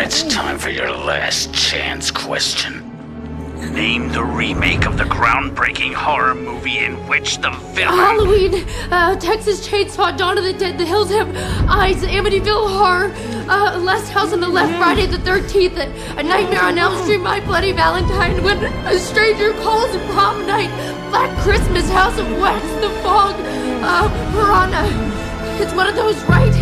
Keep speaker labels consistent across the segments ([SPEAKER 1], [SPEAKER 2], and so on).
[SPEAKER 1] It's time for your last chance question. Name the remake of the groundbreaking horror movie in which the villain.
[SPEAKER 2] Halloween, uh, Texas Chainsaw, Dawn of the Dead, The Hills Have Eyes, Amityville Horror, uh, Last House on the Left, Friday the 13th, A Nightmare on Elm Street, My Bloody Valentine, When a Stranger Calls, Prom Night, Black Christmas, House of Wax, The Fog, uh, Piranha. It's one of those, right?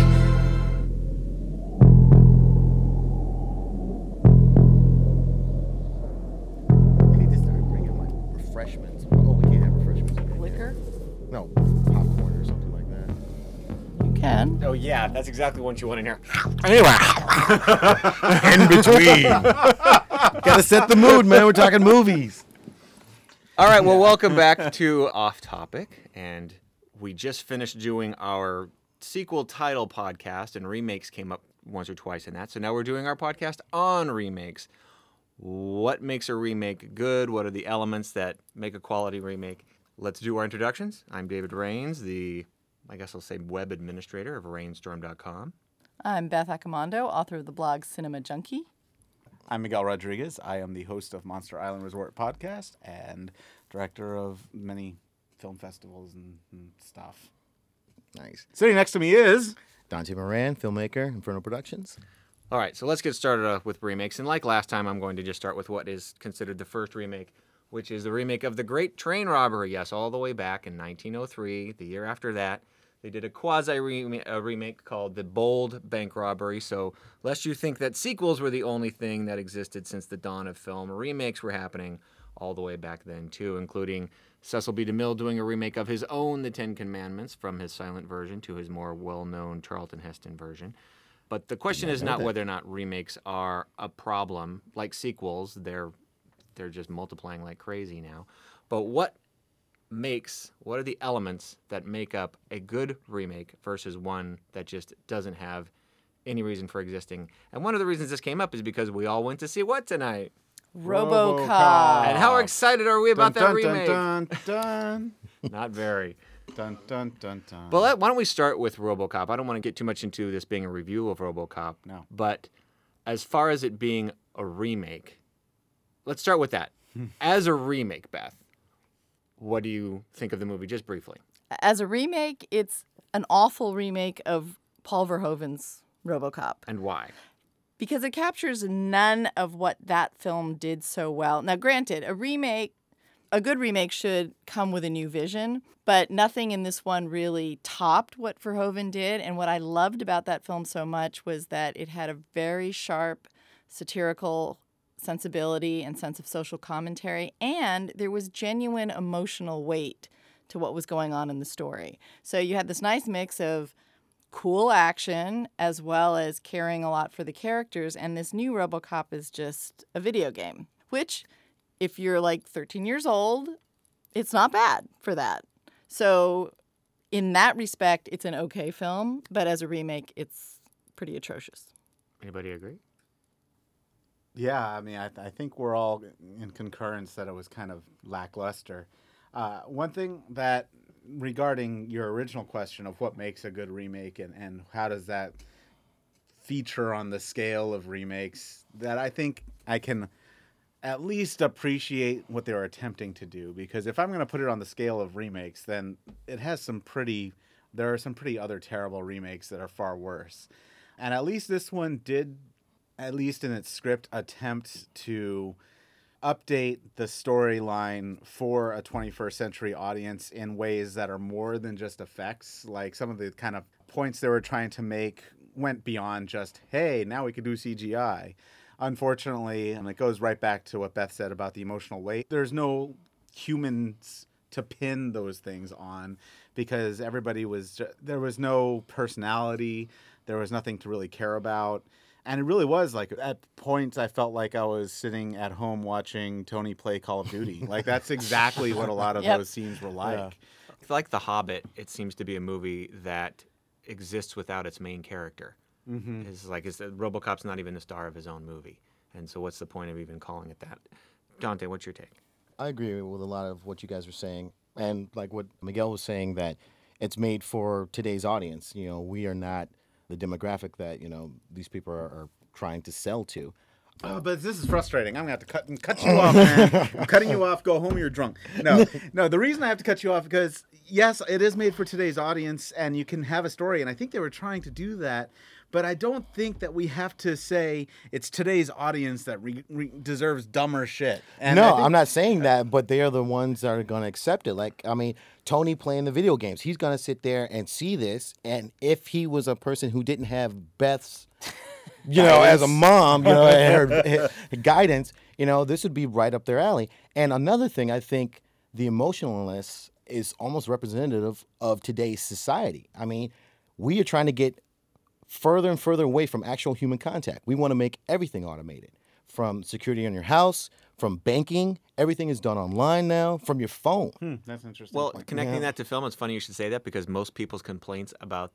[SPEAKER 3] We need to start bringing like refreshments. Oh, we can't have refreshments. in here.
[SPEAKER 4] Liquor?
[SPEAKER 3] No, popcorn or something like that.
[SPEAKER 4] You can.
[SPEAKER 5] Oh yeah, that's exactly what you want in here. Anyway,
[SPEAKER 1] In between.
[SPEAKER 3] Gotta set the mood, man. We're talking movies.
[SPEAKER 5] all right. Well, welcome back to Off Topic, and we just finished doing our sequel title podcast, and remakes came up once or twice in that. So now we're doing our podcast on remakes. What makes a remake good? What are the elements that make a quality remake? Let's do our introductions. I'm David Rains, the I guess I'll say web administrator of Rainstorm.com.
[SPEAKER 4] I'm Beth Accomando, author of the blog Cinema Junkie.
[SPEAKER 6] I'm Miguel Rodriguez. I am the host of Monster Island Resort podcast and director of many film festivals and, and stuff.
[SPEAKER 3] Nice.
[SPEAKER 6] Sitting next to me is
[SPEAKER 3] Dante Moran, filmmaker, Inferno Productions.
[SPEAKER 5] All right, so let's get started uh, with remakes. And like last time, I'm going to just start with what is considered the first remake, which is the remake of The Great Train Robbery. Yes, all the way back in 1903, the year after that. They did a quasi remake called The Bold Bank Robbery. So, lest you think that sequels were the only thing that existed since the dawn of film, remakes were happening all the way back then, too, including Cecil B. DeMille doing a remake of his own The Ten Commandments from his silent version to his more well known Charlton Heston version. But the question is not whether or not remakes are a problem. Like sequels, they're they're just multiplying like crazy now. But what makes what are the elements that make up a good remake versus one that just doesn't have any reason for existing? And one of the reasons this came up is because we all went to see what tonight.
[SPEAKER 4] Robocop.
[SPEAKER 6] RoboCop.
[SPEAKER 5] And how excited are we about that remake?
[SPEAKER 6] dun dun
[SPEAKER 5] Not very.
[SPEAKER 6] dun dun dun dun.
[SPEAKER 5] But let, why don't we start with RoboCop? I don't want to get too much into this being a review of RoboCop.
[SPEAKER 6] No.
[SPEAKER 5] But as far as it being a remake, let's start with that. as a remake, Beth, what do you think of the movie, just briefly?
[SPEAKER 4] As a remake, it's an awful remake of Paul Verhoeven's Robocop.
[SPEAKER 5] And why?
[SPEAKER 4] because it captures none of what that film did so well. Now, granted, a remake, a good remake should come with a new vision, but nothing in this one really topped what Verhoeven did. And what I loved about that film so much was that it had a very sharp satirical sensibility and sense of social commentary, and there was genuine emotional weight to what was going on in the story. So you had this nice mix of cool action as well as caring a lot for the characters. And this new Robocop is just a video game, which, if you're like 13 years old, it's not bad for that. So, in that respect, it's an okay film, but as a remake, it's pretty atrocious.
[SPEAKER 5] Anybody agree?
[SPEAKER 6] Yeah, I mean, I, th- I think we're all in concurrence that it was kind of lackluster. Uh, one thing that, regarding your original question of what makes a good remake and, and how does that feature on the scale of remakes, that I think I can at least appreciate what they were attempting to do. Because if I'm going to put it on the scale of remakes, then it has some pretty, there are some pretty other terrible remakes that are far worse. And at least this one did at least in its script, attempt to update the storyline for a 21st century audience in ways that are more than just effects. Like some of the kind of points they were trying to make went beyond just, hey, now we can do CGI. Unfortunately, and it goes right back to what Beth said about the emotional weight, there's no humans to pin those things on because everybody was ju- there was no personality there was nothing to really care about and it really was like at points i felt like i was sitting at home watching tony play call of duty like that's exactly what a lot of
[SPEAKER 4] Yep.
[SPEAKER 6] those scenes were like
[SPEAKER 5] Like The Hobbit, it seems to be a movie that exists without its main character. Mm-hmm. It's like it's, RoboCop's not even the star of his own movie. And so, what's the point of even calling it that? Dante, what's your take?
[SPEAKER 3] I agree with a lot of what you guys are saying, and like what Miguel was saying that it's made for today's audience. You know, we are not the demographic that you know these people are, are trying to sell to.
[SPEAKER 6] Oh, but this is frustrating. I'm gonna have to cut and cut you off, man. I'm cutting you off. Go home. You're drunk. No, no. The reason I have to cut you off because yes, it is made for today's audience, and you can have a story. And I think they were trying to do that, but I don't think that we have to say it's today's audience that re- re- deserves dumber shit. And I
[SPEAKER 3] no,
[SPEAKER 6] think-
[SPEAKER 3] I'm not saying that, but they are the ones that are going to accept it. Like, I mean, Tony playing the video games, he's going to sit there and see this. And if he was a person who didn't have Beth's, you know, as a mom, you know, and her, her guidance, you know, this would be right up their alley. And another thing, I think the emotionalness is almost representative of today's society. I mean, we are trying to get further and further away from actual human contact. We want to make everything automated from security in your house, from banking. Everything is done online now, from your phone.
[SPEAKER 6] That's interesting.
[SPEAKER 5] Well, connecting that to film, it's funny you should say that because most people's complaints about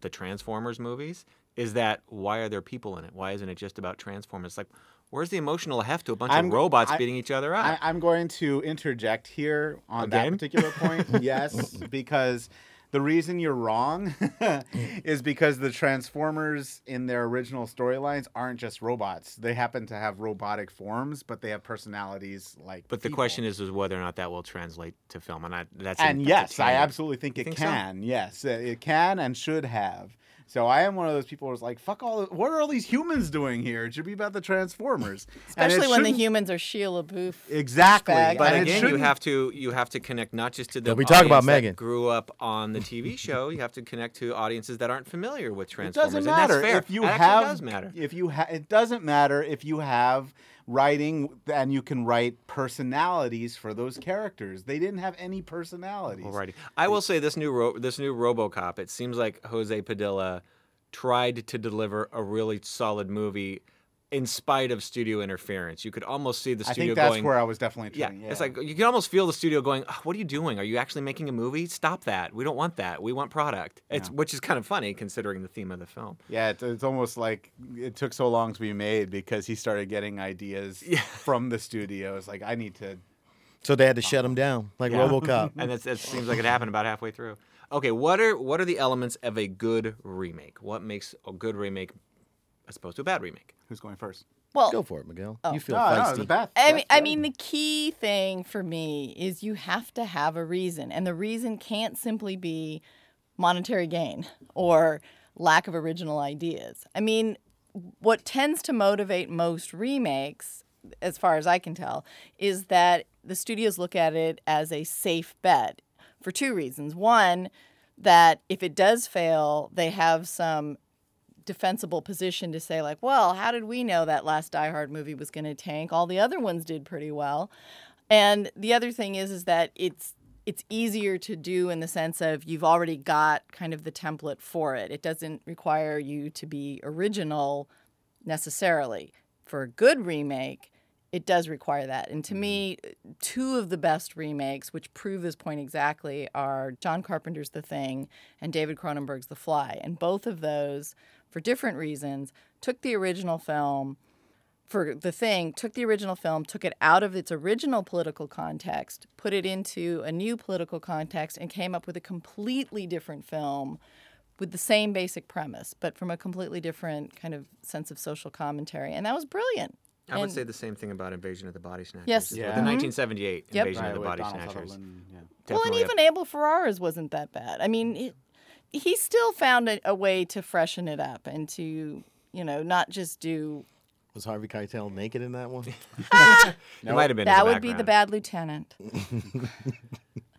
[SPEAKER 5] the Transformers movies is that why are there people in it? Why isn't it just about Transformers? It's like, where's the emotional heft to a bunch
[SPEAKER 6] I'm-
[SPEAKER 5] of robots
[SPEAKER 6] I-
[SPEAKER 5] beating each other up?
[SPEAKER 6] I, I'm going to interject here on that
[SPEAKER 5] Again?
[SPEAKER 6] particular point. yes, because the reason you're wrong is because the Transformers in their original storylines aren't just robots. They happen to have robotic forms, but they have personalities like.
[SPEAKER 5] but the
[SPEAKER 6] people.
[SPEAKER 5] question is, is whether or not that will translate to film, and I, that's a-
[SPEAKER 6] And
[SPEAKER 5] that's a
[SPEAKER 6] yes, I
[SPEAKER 5] tangent.
[SPEAKER 6] absolutely think it
[SPEAKER 5] think so?
[SPEAKER 6] can. Yes, it it can and should have. So I am one of those people who's like, "Fuck all! What are all these humans doing here? It should be about the Transformers." And it
[SPEAKER 4] Especially when the
[SPEAKER 6] shouldn't-
[SPEAKER 4] humans are Sheila Booth.
[SPEAKER 6] Exactly.
[SPEAKER 4] Fag.
[SPEAKER 5] But
[SPEAKER 6] and it
[SPEAKER 5] again, you
[SPEAKER 6] shouldn't-
[SPEAKER 5] have to you have to connect not just to the
[SPEAKER 3] Don't we talk about
[SPEAKER 5] audience that
[SPEAKER 3] Megan.
[SPEAKER 5] grew up on the TV show. You have to connect to audiences that aren't familiar with
[SPEAKER 6] It
[SPEAKER 5] Transformers.
[SPEAKER 6] doesn't
[SPEAKER 5] and
[SPEAKER 6] matter
[SPEAKER 5] that's fair.
[SPEAKER 6] if you
[SPEAKER 5] It actually
[SPEAKER 6] have.
[SPEAKER 5] does matter.
[SPEAKER 6] If you ha- it doesn't matter if you have writing and you can write personalities for those characters. They didn't have any personalities.
[SPEAKER 5] Alrighty, I will say this new ro- this new RoboCop. It seems like Jose Padilla tried to deliver a really solid movie, in spite of studio interference. You could almost see the
[SPEAKER 6] I
[SPEAKER 5] studio
[SPEAKER 6] think that's
[SPEAKER 5] going.
[SPEAKER 6] where I was definitely
[SPEAKER 5] yeah,
[SPEAKER 6] trying.
[SPEAKER 5] it's like you can almost feel the studio going, "Ah, "What are you doing? Are you actually making a movie? Stop that! We don't want that. We want product." It's which is kind of funny considering the theme of the film.
[SPEAKER 6] yeah, it's, it's almost like it took so long to be made because he started getting ideas from the studio. It's like I need to.
[SPEAKER 3] So they had to shut him down, like RoboCop.
[SPEAKER 5] and that's, that seems like it happened about halfway through. Okay, what are what are the elements of a good remake? What makes a good remake as opposed to a bad remake?
[SPEAKER 6] Who's going first?
[SPEAKER 4] Well,
[SPEAKER 3] Go for it, Miguel. you feel
[SPEAKER 6] Oh. No, no,
[SPEAKER 3] feisty.
[SPEAKER 6] the Beth.
[SPEAKER 4] I
[SPEAKER 6] Beth,
[SPEAKER 4] mean, I
[SPEAKER 6] Beth.
[SPEAKER 4] mean, the key thing for me is you have to have a reason, and the reason can't simply be monetary gain or lack of original ideas. I mean, what tends to motivate most remakes, as far as I can tell, is that the studios look at it as a safe bet for two reasons. One, that if it does fail, they have some defensible position to say like, well, how did we know that last Die Hard movie was going to tank? All the other ones did pretty well. And the other thing is is that it's it's easier to do in the sense of you've already got kind of the template for it. It doesn't require you to be original necessarily. For a good remake, it does require that. And to me, two of the best remakes, which prove this point exactly, are John Carpenter's The Thing and David Cronenberg's The Fly. And both of those, for different reasons, took the original film for the thing took the original film took it out of its original political context put it into a new political context and came up with a completely different film with the same basic premise but from a completely different kind of sense of social commentary and that was brilliant
[SPEAKER 5] I would
[SPEAKER 4] And-
[SPEAKER 5] say the same thing about Invasion of the Body Snatchers.
[SPEAKER 4] Yes.
[SPEAKER 5] as well.
[SPEAKER 6] Yeah. Mm-hmm.
[SPEAKER 5] The 1978
[SPEAKER 4] Yep.
[SPEAKER 5] Invasion
[SPEAKER 6] Right,
[SPEAKER 5] of the
[SPEAKER 6] with
[SPEAKER 5] Body
[SPEAKER 6] Donald
[SPEAKER 5] Snatchers.
[SPEAKER 6] Sutherland, yeah.
[SPEAKER 5] Definitely
[SPEAKER 4] well, and
[SPEAKER 5] up-
[SPEAKER 4] even Abel Ferrara's wasn't that bad. I mean, it, he still found a, a way to freshen it up and to, you know, not just do.
[SPEAKER 3] Was Harvey Keitel naked in that one?
[SPEAKER 5] it might have been in
[SPEAKER 4] that
[SPEAKER 5] the
[SPEAKER 4] would be the
[SPEAKER 5] background.
[SPEAKER 4] bad lieutenant.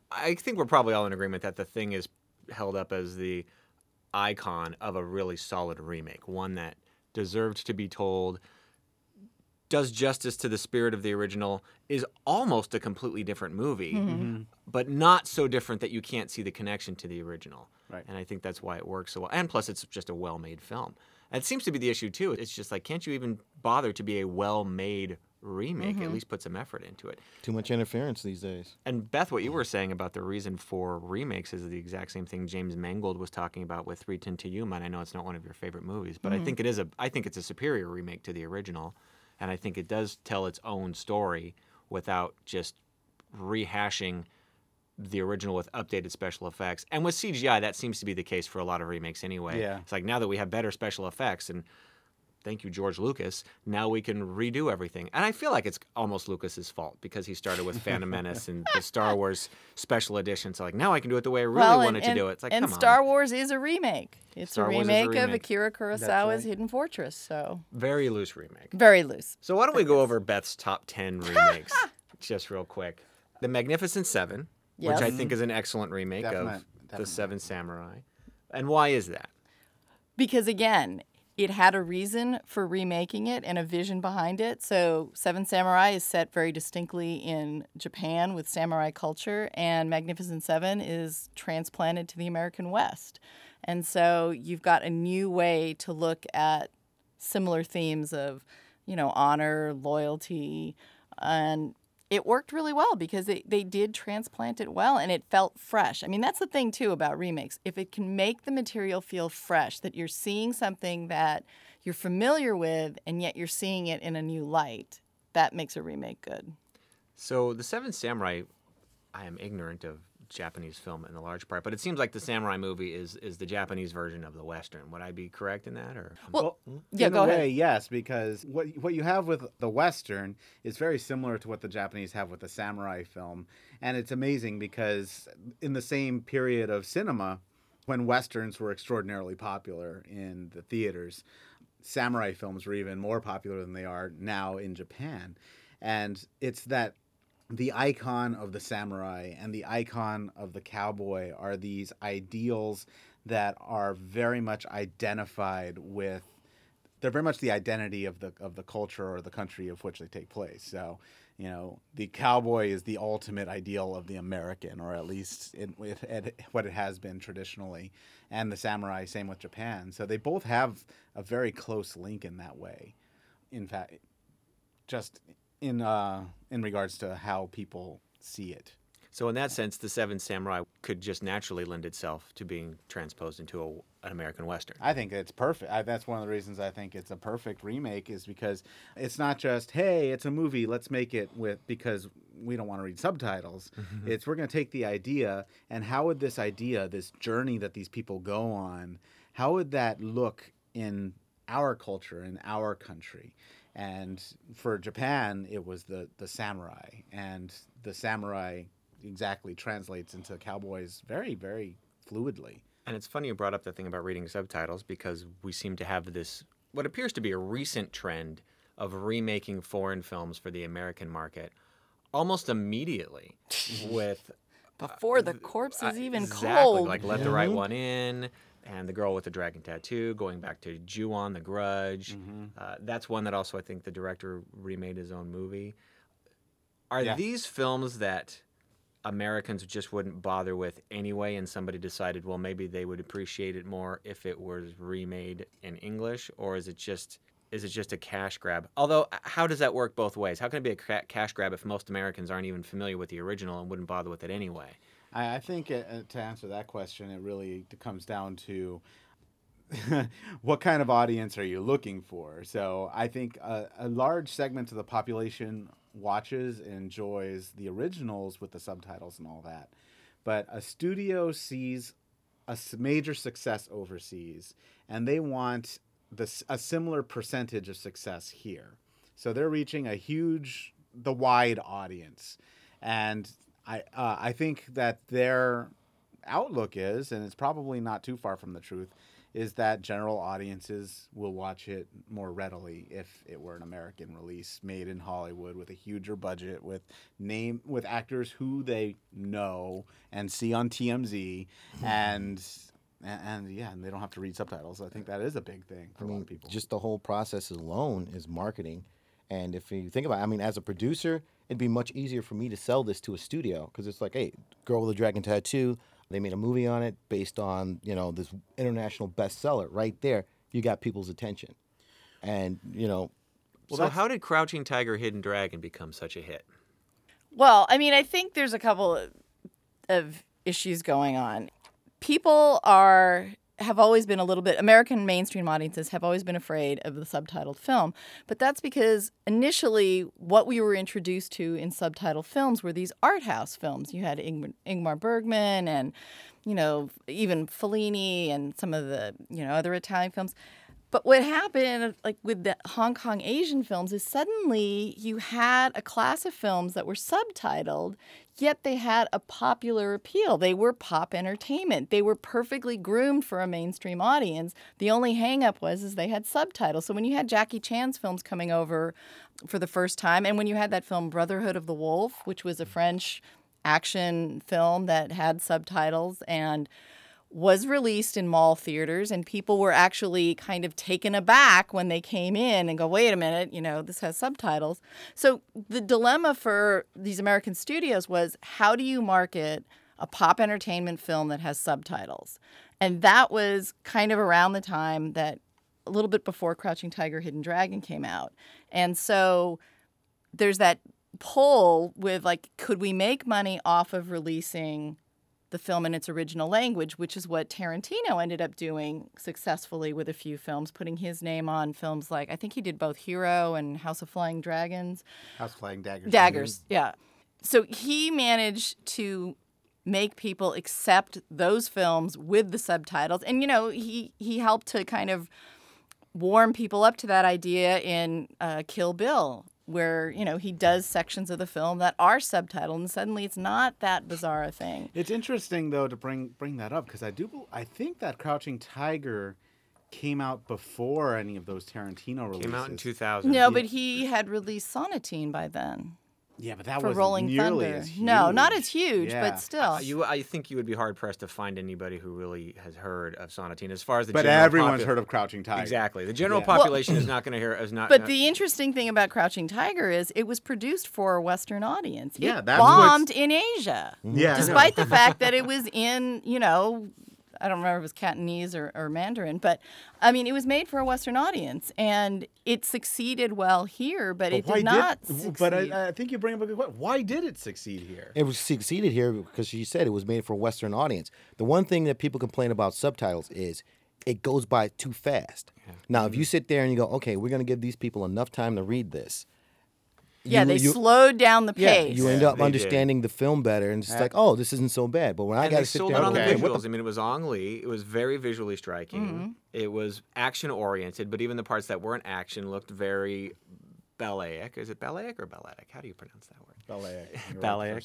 [SPEAKER 5] I think we're probably all in agreement that the thing is held up as the icon of a really solid remake, one that deserved to be told, does justice to the spirit of the original, is almost a completely different movie, but not so different that you can't see the connection to the original.
[SPEAKER 6] Right.
[SPEAKER 5] And I think that's why it works so well. And plus, it's just a well made film. And it seems to be the issue, too. It's just like, can't you even bother to be a well made remake? At least put some effort into it.
[SPEAKER 3] Too much interference these days.
[SPEAKER 5] And Beth, what you were saying about the reason for remakes is the exact same thing James Mangold was talking about with Three Ten to Yuma. And I know it's not one of your favorite movies, but I think it is a I think it's a superior remake to the original, and I think it does tell its own story without just rehashing the original with updated special effects. And with CGI, that seems to be the case for a lot of remakes anyway.
[SPEAKER 6] Yeah.
[SPEAKER 5] It's like now that we have better special effects and thank you, George Lucas. Now we can redo everything. And I feel like it's almost Lucas's fault because he started with Phantom Menace and the Star Wars special edition. So, like, now I can do it the way I really
[SPEAKER 4] well,
[SPEAKER 5] wanted
[SPEAKER 4] and, and,
[SPEAKER 5] to do it. It's like,
[SPEAKER 4] and
[SPEAKER 5] come on.
[SPEAKER 4] Star Wars is a remake. It's
[SPEAKER 5] Star
[SPEAKER 4] a
[SPEAKER 5] Wars is a
[SPEAKER 4] remake, of
[SPEAKER 5] remake.
[SPEAKER 4] Akira
[SPEAKER 6] That's
[SPEAKER 4] Kurosawa's
[SPEAKER 6] right.
[SPEAKER 4] Hidden Fortress, so
[SPEAKER 5] Very loose remake.
[SPEAKER 4] very loose.
[SPEAKER 5] So why don't we go over Beth's top ten remakes just real quick? The Magnificent Seven,
[SPEAKER 4] Yes.
[SPEAKER 5] which I think is an excellent remake of
[SPEAKER 6] Definite-
[SPEAKER 5] the
[SPEAKER 6] definite.
[SPEAKER 5] Seven Samurai. And why is that?
[SPEAKER 4] Because again, it had a reason for remaking it and a vision behind it. So, Seven Samurai is set very distinctly in Japan with samurai culture, and Magnificent Seven is transplanted to the American West. And so, you've got a new way to look at similar themes of, you know, honor, loyalty, and it worked really well because they, they did transplant it well and it felt fresh. I mean, that's the thing too about remakes. If it can make the material feel fresh, that you're seeing something that you're familiar with and yet you're seeing it in a new light, that makes a remake good.
[SPEAKER 5] So the Seven Samurai, I am ignorant of Japanese film in a large part, but it seems like the samurai movie is is the Japanese version of the Western. Would I be correct in that or
[SPEAKER 4] Well, yeah,
[SPEAKER 6] in
[SPEAKER 4] go
[SPEAKER 6] a
[SPEAKER 4] ahead.
[SPEAKER 6] way, yes, because what what you have with the Western is very similar to what the Japanese have with the samurai film, and it's amazing because in the same period of cinema, when westerns were extraordinarily popular in the theaters, samurai films were even more popular than they are now in Japan, and it's that the icon of the samurai and the icon of the cowboy are these ideals that are very much identified with they're very much the identity of the of the culture or the country of which they take place. So, you know, the cowboy is the ultimate ideal of the American, or at least in, with, at what it has been traditionally, and the samurai. Same with Japan. So they both have a very close link in that way. In fact, just in uh, in regards to how people see it.
[SPEAKER 5] so in that sense the Seven Samurai could just naturally lend itself to being transposed into a, an American Western.
[SPEAKER 6] I think it's perfect. I, that's one of the reasons I think it's a perfect remake is because it's not just hey, it's a movie, let's make it with because we don't want to read subtitles. it's we're going to take the idea and how would this idea, this journey that these people go on, how would that look in our culture, in our country? And for Japan, it was the the samurai, and the samurai exactly translates into cowboys very, very fluidly.
[SPEAKER 5] And it's funny you brought up the thing about reading subtitles because we seem to have this, what appears to be a recent trend of remaking foreign films for the American market almost immediately with
[SPEAKER 4] Before the corpse is
[SPEAKER 5] uh,
[SPEAKER 4] even
[SPEAKER 5] exactly,
[SPEAKER 4] cold.
[SPEAKER 5] like Let the Right One In and The Girl with the Dragon Tattoo, going back to ju The Grudge. Uh, that's one that also I think the director remade his own movie. Are
[SPEAKER 6] Yeah.
[SPEAKER 5] these films that Americans just wouldn't bother with anyway, and somebody decided, well, maybe they would appreciate it more if it was remade in English, or is it just is it just a cash grab? Although, h- how does that work both ways? How can it be a ca- cash grab if most Americans aren't even familiar with the original and wouldn't bother with it anyway?
[SPEAKER 6] I, I think uh, uh, to answer that question, it really d- comes down to what kind of audience are you looking for? So I think a, a large segment of the population watches and enjoys the originals with the subtitles and all that. But a studio sees a s- major success overseas and they want this, a similar percentage of success here. So they're reaching a huge, the wide audience. And I, uh, I think that their outlook is, and it's probably not too far from the truth, is that general audiences will watch it more readily if it were an American release made in Hollywood with a huger budget, with name, with actors who they know and see on TMZ, and. And, and yeah, and they don't have to read subtitles. I think that is a big thing for a lot of people.
[SPEAKER 3] Just the whole process alone is marketing. And if you think about it, I mean, as a producer, it'd be much easier for me to sell this to a studio because it's like, hey, Girl with a Dragon Tattoo, they made a movie on it based on, you know, this international bestseller right there. You got people's attention. And, you know,
[SPEAKER 5] so how did Crouching Tiger, Hidden Dragon become such a hit?
[SPEAKER 4] Well, I mean, I think there's a couple of- of issues going on. People are have always been a little bit American mainstream audiences have always been afraid of the subtitled film, but that's because initially what we were introduced to in subtitled films were these art house films. You had Ingmar, Ingmar Bergman and you know even Fellini and some of the you know other Italian films. But what happened, like with the Hong Kong Asian films, is suddenly you had a class of films that were subtitled, yet they had a popular appeal. They were pop entertainment. They were perfectly groomed for a mainstream audience. The only hangup was is they had subtitles. So when you had Jackie Chan's films coming over for the first time, and when you had that film Brotherhood of the Wolf, which was a French action film that had subtitles and was released in mall theaters and people were actually kind of taken aback when they came in and go wait a minute you know this has subtitles so the dilemma for these american studios was how do you market a pop entertainment film that has subtitles and that was kind of around the time that a little bit before crouching tiger hidden dragon came out and so there's that pull with like could we make money off of releasing the film in its original language, which is what Tarantino ended up doing successfully with a few films, putting his name on films like I think he did both Hero and House of Flying Dragons.
[SPEAKER 6] House flying daggers.
[SPEAKER 4] Daggers, yeah. So he managed to make people accept those films with the subtitles, and you know he he helped to kind of warm people up to that idea in uh, Kill Bill, where you know he does sections of the film that are subtitled, and suddenly it's not that bizarre a thing.
[SPEAKER 6] It's interesting though to bring bring that up because I do bel- I think that Crouching Tiger came out before any of those Tarantino releases.
[SPEAKER 5] Came out in 2000.
[SPEAKER 4] No, but he had released Sonatine by then
[SPEAKER 6] yeah, but that
[SPEAKER 4] for
[SPEAKER 6] Oh, was
[SPEAKER 4] Rolling
[SPEAKER 6] nearly
[SPEAKER 4] Thunder.
[SPEAKER 6] as huge.
[SPEAKER 4] No, not as huge,
[SPEAKER 6] Yeah.
[SPEAKER 4] but still.
[SPEAKER 5] You, I think you would be hard pressed to find anybody who really has heard of Sonatine as far as the.
[SPEAKER 6] But
[SPEAKER 5] general
[SPEAKER 6] everyone's
[SPEAKER 5] popu-
[SPEAKER 6] heard of Crouching Tiger.
[SPEAKER 5] Exactly. The general
[SPEAKER 6] Yeah.
[SPEAKER 5] population is not going to hear. Is not.
[SPEAKER 4] but
[SPEAKER 5] not-
[SPEAKER 4] the interesting thing about Crouching Tiger is it was produced for a Western audience.
[SPEAKER 6] Yeah,
[SPEAKER 4] it
[SPEAKER 6] that's what's-
[SPEAKER 4] bombed in Asia,
[SPEAKER 6] Yeah, I know.
[SPEAKER 4] despite the fact that it was in you know, I don't remember if it was Cantonese or, or Mandarin, but I mean it was made for a Western audience and it succeeded well here, but, it
[SPEAKER 6] why
[SPEAKER 4] did not. succeed.
[SPEAKER 6] But I, uh, I think you bring up a good point. Why did it succeed here?
[SPEAKER 3] It was succeeded here because she said it was made for a Western audience. The one thing that people complain about subtitles is it goes by too fast. Now, if you
[SPEAKER 5] Mm-hmm.
[SPEAKER 3] sit there and you go, okay, we're going to give these people enough time to read this.
[SPEAKER 4] yeah,
[SPEAKER 3] you-
[SPEAKER 4] they
[SPEAKER 3] you-
[SPEAKER 4] slowed down the pace.
[SPEAKER 3] you end
[SPEAKER 5] Yeah,
[SPEAKER 3] up
[SPEAKER 5] they did.
[SPEAKER 3] understanding the film better, and it's like, oh, this isn't so bad. But when I
[SPEAKER 5] and
[SPEAKER 3] got
[SPEAKER 5] they
[SPEAKER 3] to sit
[SPEAKER 5] sold
[SPEAKER 3] there,
[SPEAKER 5] it on
[SPEAKER 3] and go,
[SPEAKER 5] the
[SPEAKER 3] "Wait, what
[SPEAKER 5] visuals. I mean, it was Ong Lee. It was very visually striking.
[SPEAKER 4] Mm-hmm.
[SPEAKER 5] It was action oriented, but even the parts that weren't action looked very balletic. Is it balletic or balletic? How do you pronounce that word?
[SPEAKER 6] Ballet.
[SPEAKER 5] Ballet.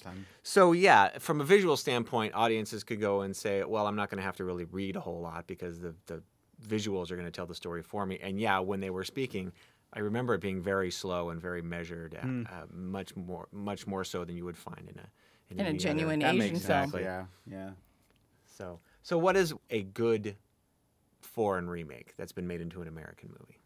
[SPEAKER 5] So yeah, from a visual standpoint, audiences could go and say, "Well, I'm not going to have to really read a whole lot because the the visuals are going to tell the story for me." And yeah, when they were speaking, I remember it being very slow and very measured, uh,
[SPEAKER 6] Hmm.
[SPEAKER 5] uh, much more much more so than you would find in a
[SPEAKER 4] In a
[SPEAKER 5] any other-
[SPEAKER 4] genuine
[SPEAKER 5] That
[SPEAKER 4] Asian
[SPEAKER 5] makes sense.
[SPEAKER 4] film.
[SPEAKER 6] Yeah, yeah.
[SPEAKER 5] So so what is a good foreign remake that's been made into an American movie?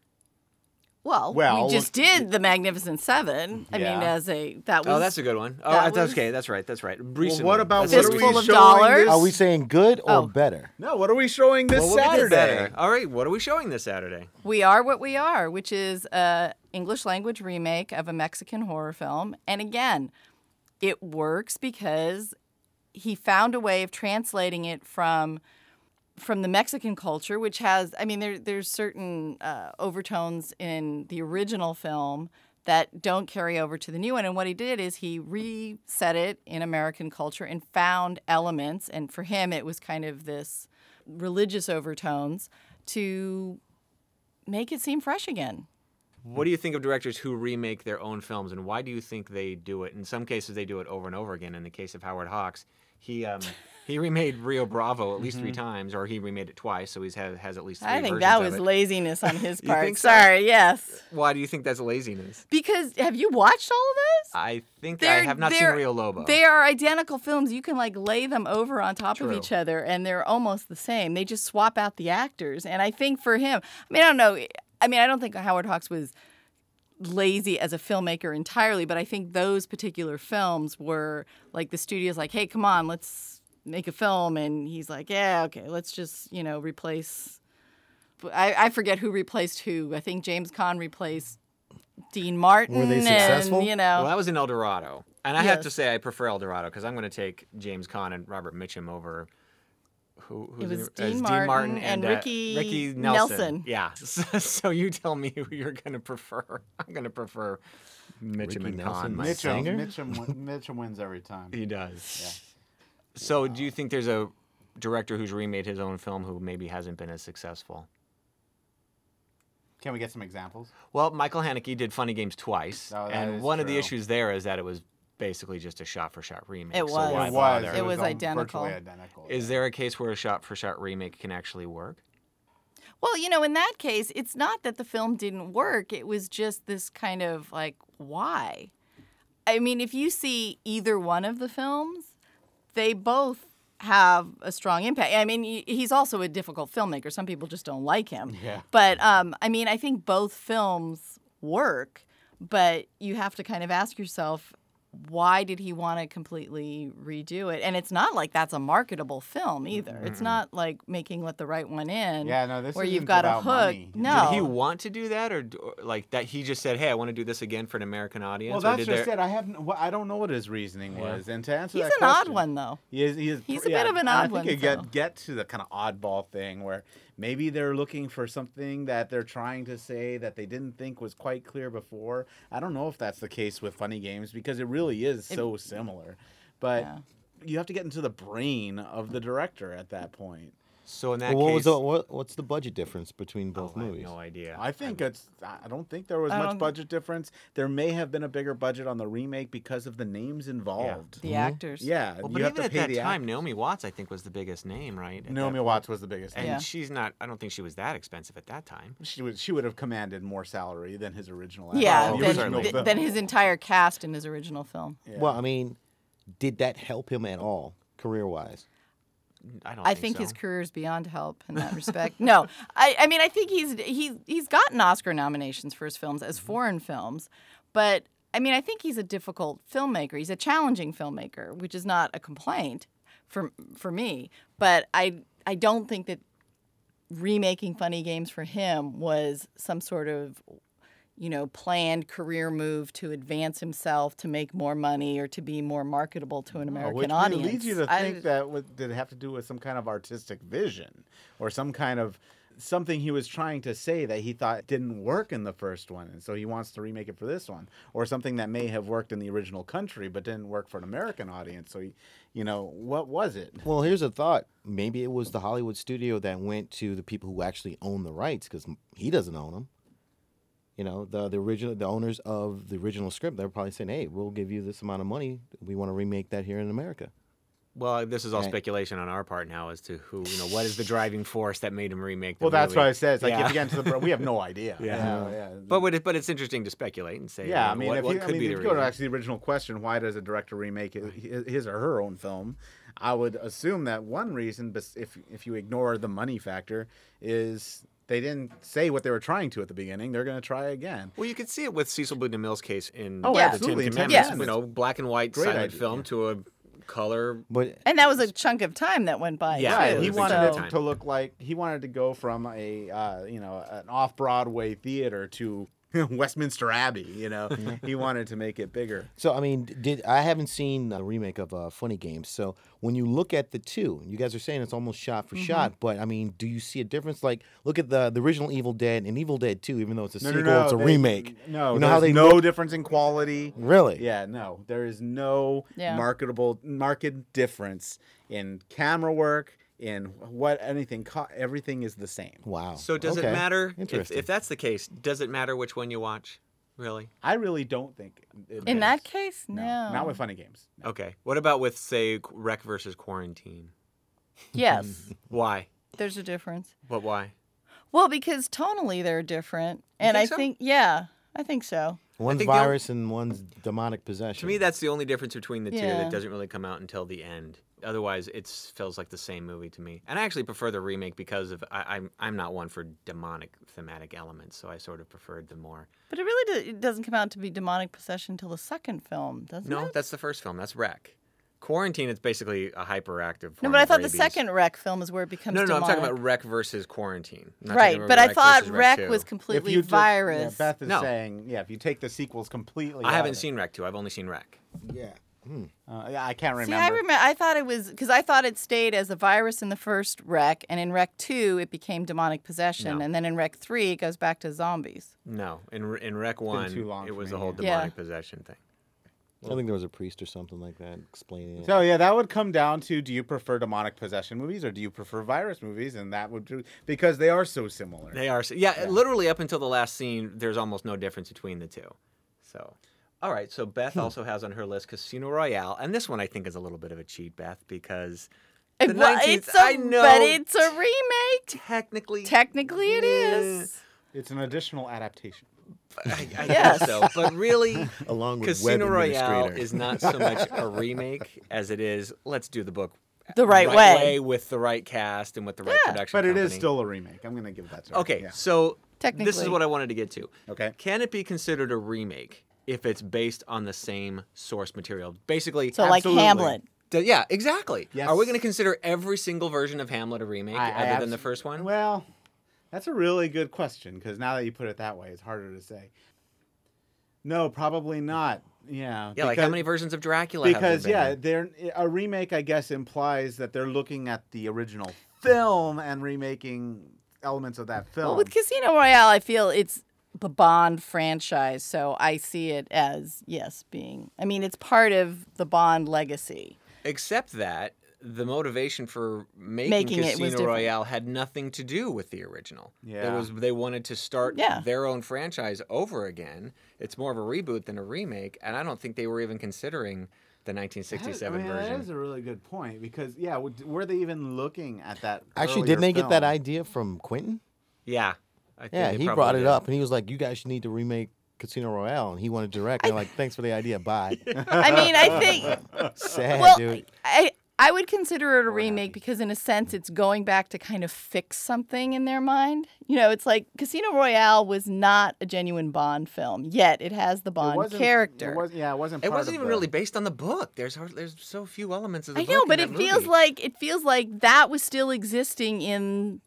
[SPEAKER 4] Well,
[SPEAKER 6] Well,
[SPEAKER 4] we just did the Magnificent Seven. I mean,
[SPEAKER 6] Yeah.
[SPEAKER 4] as a that was
[SPEAKER 5] Oh, that's a good one. Oh,
[SPEAKER 4] that
[SPEAKER 5] that's
[SPEAKER 4] was-
[SPEAKER 5] okay. That's right. That's right.
[SPEAKER 6] Well,
[SPEAKER 5] Recently,
[SPEAKER 6] what about
[SPEAKER 5] That's
[SPEAKER 6] what
[SPEAKER 5] right,
[SPEAKER 6] are we
[SPEAKER 4] Fistful
[SPEAKER 5] recently.
[SPEAKER 4] of
[SPEAKER 6] showing
[SPEAKER 4] dollars?
[SPEAKER 6] This?
[SPEAKER 3] Are we saying good or
[SPEAKER 4] Oh.
[SPEAKER 3] better?
[SPEAKER 6] No, what are we showing this
[SPEAKER 5] Well, we'll get to
[SPEAKER 6] Saturday?
[SPEAKER 5] Saturday. All right. What are we showing this Saturday?
[SPEAKER 4] We Are What We Are, which is a English language remake of a Mexican horror film. And again, it works because he found a way of translating it from from the Mexican culture, which has, I mean, there, there's certain uh, overtones in the original film that don't carry over to the new one. And what he did is he reset it in American culture and found elements. And for him, it was kind of this religious overtones to make it seem fresh again.
[SPEAKER 5] What do you think of directors who remake their own films, and why do you think they do it? In some cases, they do it over and over again. In the case of Howard Hawks, he um, he remade Rio Bravo at least three times, or he remade it twice, so he's has, has at least. Three
[SPEAKER 4] Mm-hmm. I think
[SPEAKER 5] versions
[SPEAKER 4] that
[SPEAKER 5] of
[SPEAKER 4] was
[SPEAKER 5] it.
[SPEAKER 4] laziness on his
[SPEAKER 5] You
[SPEAKER 4] part.
[SPEAKER 5] think so?
[SPEAKER 4] Sorry, yes.
[SPEAKER 5] Why do you think that's laziness?
[SPEAKER 4] Because have you watched all of this?
[SPEAKER 5] I think I have not seen
[SPEAKER 4] they're-
[SPEAKER 5] Rio Lobo.
[SPEAKER 4] They are identical films. You can like lay them over on top
[SPEAKER 5] True.
[SPEAKER 4] of each other, and they're almost the same. They just swap out the actors. And I think for him, I mean, I don't know. I mean, I don't think Howard Hawks was lazy as a filmmaker entirely, but I think those particular films were like the studio's like, hey, come on, let's make a film, and he's like, yeah, okay, let's just you know replace. I, I forget who replaced who. I think James Caan replaced Dean Martin.
[SPEAKER 3] they
[SPEAKER 4] and,
[SPEAKER 3] successful?
[SPEAKER 4] you know,
[SPEAKER 5] Well, that was in El Dorado, and I have to
[SPEAKER 4] Oh. Yes.
[SPEAKER 5] say I prefer El Dorado because I'm going to take James Caan and Robert Mitchum over. Who,
[SPEAKER 4] It
[SPEAKER 5] who's in
[SPEAKER 4] was
[SPEAKER 5] as
[SPEAKER 4] Dean
[SPEAKER 5] Dean Martin
[SPEAKER 4] Martin
[SPEAKER 5] and,
[SPEAKER 4] and
[SPEAKER 5] uh,
[SPEAKER 4] Ricky
[SPEAKER 5] Ricky Nelson.
[SPEAKER 4] Nelson.
[SPEAKER 5] Yeah. So, so you tell me who you're going to prefer. I'm going to prefer Mitchum
[SPEAKER 3] Ricky
[SPEAKER 5] and Caan.
[SPEAKER 3] Nelson?
[SPEAKER 6] Mitchum,
[SPEAKER 5] myself.
[SPEAKER 3] Singer?
[SPEAKER 6] Mitchum, win- Mitchum wins every time.
[SPEAKER 5] He does. So do you think there's a director who's remade his own film who maybe hasn't been as successful?
[SPEAKER 6] Can we get some examples?
[SPEAKER 5] Well, Michael Haneke did Funny Games twice,
[SPEAKER 6] Oh, that
[SPEAKER 5] and
[SPEAKER 6] is
[SPEAKER 5] one of the
[SPEAKER 6] true.
[SPEAKER 5] issues there is that it was basically just a shot-for-shot remake.
[SPEAKER 4] It
[SPEAKER 5] so
[SPEAKER 4] was.
[SPEAKER 5] why
[SPEAKER 4] It
[SPEAKER 5] bother?
[SPEAKER 4] It was
[SPEAKER 6] al-
[SPEAKER 4] identical.
[SPEAKER 6] virtually identical.
[SPEAKER 5] Is there a case where a shot-for-shot remake can actually work?
[SPEAKER 4] Well, you know, in that case, it's not that the film didn't work. It was just this kind of like, why? I mean, if you see either one of the films, they both have a strong impact. I mean, he- he's also a difficult filmmaker. Some people just don't like him.
[SPEAKER 6] Yeah.
[SPEAKER 4] But um, I mean, I think both films work, but you have to kind of ask yourself, why did he want to completely redo it? And it's not like that's a marketable film either. It's not like making Let the Right One In.
[SPEAKER 6] Yeah, no, this
[SPEAKER 4] where you've
[SPEAKER 6] isn't
[SPEAKER 4] got a
[SPEAKER 6] about
[SPEAKER 4] hook.
[SPEAKER 6] money. Did
[SPEAKER 4] No.
[SPEAKER 5] Did he want to do that, or, d- or like that? He just said, "Hey, I want to do this again for an American audience."
[SPEAKER 6] Well,
[SPEAKER 5] or
[SPEAKER 6] that's
[SPEAKER 5] did
[SPEAKER 6] just
[SPEAKER 5] there-
[SPEAKER 6] it. I haven't. Well, I don't know what his reasoning was. And to answer
[SPEAKER 4] He's
[SPEAKER 6] that
[SPEAKER 4] an odd
[SPEAKER 6] question-
[SPEAKER 4] one, though.
[SPEAKER 6] He is, he is,
[SPEAKER 4] He's
[SPEAKER 6] pr-
[SPEAKER 4] a bit of an
[SPEAKER 6] and
[SPEAKER 4] odd
[SPEAKER 6] I think
[SPEAKER 4] one,
[SPEAKER 6] You
[SPEAKER 4] though.
[SPEAKER 6] get, get to the kind of oddball thing where maybe they're looking for something that they're trying to say that they didn't think was quite clear before. I don't know if that's the case with Funny Games because it really is so similar. But you have to get into the brain of the director at that point.
[SPEAKER 5] So in that
[SPEAKER 3] Well, what
[SPEAKER 5] case, Oh,
[SPEAKER 3] was the, what, what's the budget difference between both
[SPEAKER 5] I have
[SPEAKER 3] movies?
[SPEAKER 5] no idea.
[SPEAKER 6] I think it's. I don't think there was
[SPEAKER 4] I
[SPEAKER 6] much
[SPEAKER 4] don't-
[SPEAKER 6] budget difference. There may have been a bigger budget on the remake because of the names involved.
[SPEAKER 4] The actors.
[SPEAKER 6] Yeah,
[SPEAKER 5] Well,
[SPEAKER 6] you
[SPEAKER 5] but
[SPEAKER 6] have
[SPEAKER 5] even
[SPEAKER 6] to
[SPEAKER 5] at
[SPEAKER 6] pay
[SPEAKER 5] that
[SPEAKER 6] the
[SPEAKER 5] time,
[SPEAKER 6] act-
[SPEAKER 5] Naomi Watts, I think, was the biggest name, right? at
[SPEAKER 6] Naomi
[SPEAKER 5] that-
[SPEAKER 6] Watts was the biggest.
[SPEAKER 5] and
[SPEAKER 6] name.
[SPEAKER 4] Yeah.
[SPEAKER 5] she's not. I don't think she was that expensive at that time.
[SPEAKER 6] she would she would have commanded more salary than his original. act-
[SPEAKER 4] Yeah,
[SPEAKER 5] Oh,
[SPEAKER 6] the
[SPEAKER 4] than,
[SPEAKER 5] certainly.
[SPEAKER 6] original
[SPEAKER 4] th-
[SPEAKER 6] film.
[SPEAKER 4] than his entire cast in his original film.
[SPEAKER 3] Well, I mean, did that help him at all career wise?
[SPEAKER 5] I don't.
[SPEAKER 4] I think
[SPEAKER 5] so.
[SPEAKER 4] his career's beyond help in that respect. no, I, I mean I think he's he's he's gotten Oscar nominations for his films
[SPEAKER 6] Mm-hmm.
[SPEAKER 4] as foreign films, but I mean I think he's a difficult filmmaker. He's a challenging filmmaker, which is not a complaint for for me. But I I don't think that remaking Funny Games for him was some sort of you know planned career move to advance himself to make more money or to be more marketable to an American
[SPEAKER 6] which really
[SPEAKER 4] audience.
[SPEAKER 6] leads you to
[SPEAKER 4] I-
[SPEAKER 6] think that what did it have to do with some kind of artistic vision or some kind of something he was trying to say that he thought didn't work in the first one and so he wants to remake it for this one or something that may have worked in the original country but didn't work for an american audience so he, you know what was it
[SPEAKER 3] Well, here's a thought. Maybe it was the Hollywood studio that went to the people who actually own the rights because he doesn't own them. You know, the the original the owners of the original script, they're probably saying, "Hey, we'll give you this amount of money. We want to remake that here in America."
[SPEAKER 5] Well, this is all
[SPEAKER 3] Right.
[SPEAKER 5] speculation on our part now as to who, you know, what is the driving force that made him remake. the
[SPEAKER 6] well that's
[SPEAKER 5] movie.
[SPEAKER 6] what i said it's like
[SPEAKER 5] Yeah.
[SPEAKER 6] if you get into the bro- we have no idea
[SPEAKER 5] Yeah.
[SPEAKER 6] yeah, yeah.
[SPEAKER 5] But what it, but it's interesting to speculate and say.
[SPEAKER 6] Yeah,
[SPEAKER 5] you
[SPEAKER 6] I
[SPEAKER 5] know,
[SPEAKER 6] mean,
[SPEAKER 5] what,
[SPEAKER 6] if
[SPEAKER 5] what
[SPEAKER 6] you,
[SPEAKER 5] could
[SPEAKER 6] I mean,
[SPEAKER 5] be
[SPEAKER 6] if
[SPEAKER 5] the
[SPEAKER 6] you go to
[SPEAKER 5] reason?
[SPEAKER 6] actually the original question, why does a director remake hi- hi- his or her own film? I would assume that one reason, bes- if if you ignore the money factor, is they didn't say what they were trying to at the beginning. They're going to try again.
[SPEAKER 5] Well, you could see it with Cecil B. DeMille's case in
[SPEAKER 6] Oh,
[SPEAKER 5] the
[SPEAKER 6] absolutely,
[SPEAKER 5] Ten
[SPEAKER 6] in Ten
[SPEAKER 5] Commandments. You
[SPEAKER 6] Commandments.
[SPEAKER 5] know, black and white
[SPEAKER 6] Great
[SPEAKER 5] silent
[SPEAKER 6] idea,
[SPEAKER 5] film to a color.
[SPEAKER 3] But
[SPEAKER 4] And that was a chunk of time that went by.
[SPEAKER 5] Yeah,
[SPEAKER 4] too.
[SPEAKER 5] it
[SPEAKER 6] he
[SPEAKER 5] was
[SPEAKER 6] wanted
[SPEAKER 5] exactly
[SPEAKER 6] it
[SPEAKER 5] time.
[SPEAKER 6] to look like he wanted to go from a uh, you know an off Broadway theater to Westminster Abbey. You know, he wanted to make it bigger.
[SPEAKER 3] so I mean, did I haven't seen the remake of uh, Funny Games. So when you look at the two, you guys are saying it's almost shot
[SPEAKER 5] Mm-hmm.
[SPEAKER 3] for shot, but I mean, do you see a difference? Like, look at the the original Evil Dead and Evil Dead Two, even though it's a sequel, it's a
[SPEAKER 6] they-
[SPEAKER 3] remake.
[SPEAKER 6] No,
[SPEAKER 3] you know how
[SPEAKER 6] there's
[SPEAKER 3] they
[SPEAKER 6] no
[SPEAKER 3] look-
[SPEAKER 6] difference in quality.
[SPEAKER 3] Really?
[SPEAKER 6] Yeah, no, there is no
[SPEAKER 4] Yeah.
[SPEAKER 6] marketable market difference in camera work in what anything. Co- everything is the same.
[SPEAKER 3] Wow.
[SPEAKER 5] So does
[SPEAKER 3] Okay.
[SPEAKER 5] it matter if,
[SPEAKER 3] Interesting.
[SPEAKER 5] if that's the case? Does it matter which one you watch? Really?
[SPEAKER 6] I really don't think it
[SPEAKER 4] In
[SPEAKER 6] matters.
[SPEAKER 4] that case, no.
[SPEAKER 6] not with funny games.
[SPEAKER 5] Okay. What about with say Rec versus Quarantine?
[SPEAKER 4] yes,
[SPEAKER 5] Why?
[SPEAKER 4] there's a difference.
[SPEAKER 5] But why?
[SPEAKER 4] Well, because tonally they're different, and
[SPEAKER 5] think
[SPEAKER 4] I
[SPEAKER 5] so?
[SPEAKER 4] think yeah, I think so.
[SPEAKER 3] One's
[SPEAKER 5] think the only-
[SPEAKER 3] virus and one's demonic possession.
[SPEAKER 5] To me, that's the only difference between the two
[SPEAKER 4] Yeah.
[SPEAKER 5] that doesn't really come out until the end. Otherwise, it feels like the same movie to me. And I actually prefer the remake because of I, I'm I'm not one for demonic thematic elements, so I sort of preferred the more.
[SPEAKER 4] But it really do, it doesn't come out to be demonic possession until the second film, doesn't
[SPEAKER 5] No,
[SPEAKER 4] it?
[SPEAKER 5] that's the first film. That's Rec. Quarantine. It's basically a hyperactive.
[SPEAKER 4] No,
[SPEAKER 5] form
[SPEAKER 4] but I
[SPEAKER 5] of
[SPEAKER 4] thought the
[SPEAKER 5] rabies.
[SPEAKER 4] second wreck film is where it becomes
[SPEAKER 5] No, no, no, I'm
[SPEAKER 4] demonic.
[SPEAKER 5] talking about Rec versus Quarantine. I'm not talking
[SPEAKER 4] right.
[SPEAKER 5] about
[SPEAKER 4] But I
[SPEAKER 5] Rec
[SPEAKER 4] thought
[SPEAKER 5] versus
[SPEAKER 4] wreck
[SPEAKER 5] 2.
[SPEAKER 4] was completely
[SPEAKER 6] just- yeah,
[SPEAKER 4] virus.
[SPEAKER 6] Beth is
[SPEAKER 5] No.
[SPEAKER 6] saying, yeah, if you take the sequels completely,
[SPEAKER 5] I
[SPEAKER 6] out
[SPEAKER 5] haven't
[SPEAKER 6] of it-
[SPEAKER 5] seen Rec two. I've only seen Rec.
[SPEAKER 6] Yeah. Uh, yeah, I can't remember.
[SPEAKER 4] See, I remember. I thought it was because I thought it stayed as a virus in the first wreck, and in wreck two it became demonic possession,
[SPEAKER 5] No.
[SPEAKER 4] and then in wreck three it goes back to zombies.
[SPEAKER 5] No, in in Rec one,
[SPEAKER 6] too long
[SPEAKER 5] it
[SPEAKER 6] for
[SPEAKER 5] was
[SPEAKER 6] me,
[SPEAKER 5] the whole
[SPEAKER 6] yeah.
[SPEAKER 4] Yeah.
[SPEAKER 5] demonic possession thing.
[SPEAKER 3] I think there was a priest or something like that explaining it.
[SPEAKER 6] So yeah, that would come down to do you prefer demonic possession movies or do you prefer virus movies? And that would do because they are so similar.
[SPEAKER 5] They are. Yeah, literally up until the last scene, there's almost no difference between the two. So, all right. So
[SPEAKER 4] Hmm.
[SPEAKER 5] Beth also has on her list Casino Royale, and this one I think is a little bit of a cheat, Beth, because the
[SPEAKER 4] Well,
[SPEAKER 5] 19th.
[SPEAKER 4] it's a-
[SPEAKER 5] I know,
[SPEAKER 4] But it's a remake.
[SPEAKER 5] technically.
[SPEAKER 4] Technically, it is.
[SPEAKER 6] It's an additional adaptation.
[SPEAKER 5] I, I
[SPEAKER 4] Yes.
[SPEAKER 5] guess so, but really,
[SPEAKER 7] Along with
[SPEAKER 5] Casino
[SPEAKER 7] web
[SPEAKER 5] Royale
[SPEAKER 7] administrator.
[SPEAKER 5] is not so much a remake as it is. Let's do the book
[SPEAKER 4] The right, way.
[SPEAKER 5] with the right cast and with the right production.
[SPEAKER 6] But it is
[SPEAKER 5] company.
[SPEAKER 6] still a remake. I'm gonna give that to her.
[SPEAKER 5] okay.
[SPEAKER 6] Yeah.
[SPEAKER 5] So this is
[SPEAKER 4] Technically.
[SPEAKER 5] what I wanted to get to.
[SPEAKER 6] Okay.
[SPEAKER 5] Can it be considered a remake if it's based on the same source material? Basically,
[SPEAKER 4] So
[SPEAKER 6] Absolutely.
[SPEAKER 4] like Hamlet.
[SPEAKER 5] d- yeah, exactly.
[SPEAKER 6] Yes.
[SPEAKER 5] Are we going to consider every single version of Hamlet a remake
[SPEAKER 6] I- I
[SPEAKER 5] other than the
[SPEAKER 6] abso-
[SPEAKER 5] first one?
[SPEAKER 6] Well, that's a really good question because now that you put it that way, it's harder to say. No, probably not. Yeah.
[SPEAKER 5] yeah, like how many versions of Dracula? have
[SPEAKER 6] Because
[SPEAKER 5] there
[SPEAKER 6] yeah,
[SPEAKER 5] been?
[SPEAKER 6] they're a remake. I guess implies that they're looking at the original film and remaking elements of that film.
[SPEAKER 4] Well, with Casino Royale, I feel it's the Bond franchise, so I see it as yes, being. I mean, it's part of the Bond legacy.
[SPEAKER 5] Except that the motivation for making,
[SPEAKER 4] Making it was
[SPEAKER 5] Casino
[SPEAKER 4] different.
[SPEAKER 5] Royale had nothing to do with the original.
[SPEAKER 6] Yeah.
[SPEAKER 5] It was they wanted to start
[SPEAKER 4] Yeah.
[SPEAKER 5] their own franchise over again. It's more of a reboot than a remake, and I don't think they were even considering the 1967
[SPEAKER 6] I mean,
[SPEAKER 5] version.
[SPEAKER 6] That is a really good point because yeah, w- were they even looking at that?
[SPEAKER 3] Actually,
[SPEAKER 6] earlier
[SPEAKER 3] didn't they get that
[SPEAKER 6] film?
[SPEAKER 3] idea from Quentin?
[SPEAKER 5] Yeah. I think
[SPEAKER 3] Yeah,
[SPEAKER 5] they
[SPEAKER 3] he
[SPEAKER 5] probably
[SPEAKER 3] brought it
[SPEAKER 5] did.
[SPEAKER 3] up and he was like, "You guys should need to remake Casino Royale," and he wanted to direct. And they're like, "Thanks for the idea, bye."
[SPEAKER 4] I mean, I think
[SPEAKER 3] Sad
[SPEAKER 4] well,
[SPEAKER 3] dude.
[SPEAKER 4] I I would consider it a remake because in a sense it's going back to kind of fix something in their mind. You know, it's like Casino Royale was not a genuine Bond film, yet it has the
[SPEAKER 6] It
[SPEAKER 4] Bond
[SPEAKER 6] wasn't-
[SPEAKER 4] character.
[SPEAKER 6] It wasn't, yeah, it wasn't.
[SPEAKER 5] It
[SPEAKER 6] part of
[SPEAKER 5] wasn't even
[SPEAKER 6] the-
[SPEAKER 5] really based on the book. There's hard, there's so few elements of the
[SPEAKER 4] I
[SPEAKER 5] book.
[SPEAKER 4] know,
[SPEAKER 5] in
[SPEAKER 4] but
[SPEAKER 5] that
[SPEAKER 4] it feels
[SPEAKER 5] movie.
[SPEAKER 4] like it feels like that was still existing in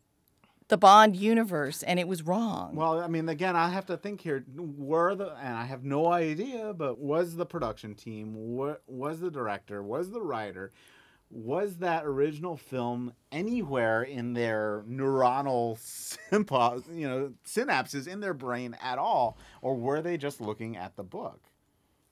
[SPEAKER 4] the Bond universe, and it was wrong.
[SPEAKER 6] Well, I mean, again, I have to think here. Were the and I have no idea, but was the production team? What was the director? Was the writer? Was that original film anywhere in their neuronal sympo, you know, synapses in their brain at all, or were they just looking at the book?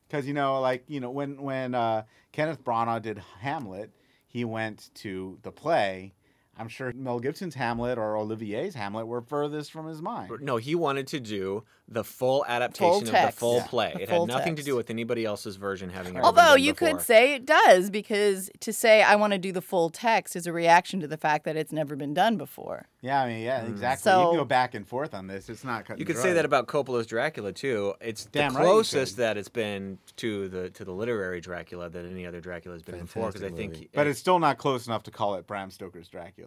[SPEAKER 6] Because you know, like you know, when when uh, Kenneth Branagh did Hamlet, he went to the play. I'm sure Mel Gibson's Hamlet or Olivier's Hamlet were furthest from his mind.
[SPEAKER 5] No, he wanted to do the full adaptation of the
[SPEAKER 4] text.
[SPEAKER 5] full
[SPEAKER 4] Yeah.
[SPEAKER 5] play.
[SPEAKER 4] The
[SPEAKER 5] it
[SPEAKER 4] full
[SPEAKER 5] had nothing to
[SPEAKER 4] text.
[SPEAKER 5] do with anybody else's version having. ever been
[SPEAKER 4] Although
[SPEAKER 5] done
[SPEAKER 4] you could
[SPEAKER 5] before.
[SPEAKER 4] say it does, because to say I want to do the full text is a reaction to the fact that it's never been done before.
[SPEAKER 6] Yeah, I mean, yeah, exactly. you
[SPEAKER 4] So-
[SPEAKER 6] can go back and forth on this. It's not cut.
[SPEAKER 5] Mm.
[SPEAKER 6] and
[SPEAKER 5] You could say
[SPEAKER 6] dry.
[SPEAKER 5] that about Coppola's Dracula too. It's
[SPEAKER 6] Damn
[SPEAKER 5] the
[SPEAKER 6] right you
[SPEAKER 5] closest
[SPEAKER 6] could.
[SPEAKER 5] that it's been to the to the literary Dracula that any other Dracula has been before. Because I
[SPEAKER 3] Fantastic
[SPEAKER 5] think,
[SPEAKER 3] movie.
[SPEAKER 6] but it's still not close enough to call it Bram Stoker's Dracula.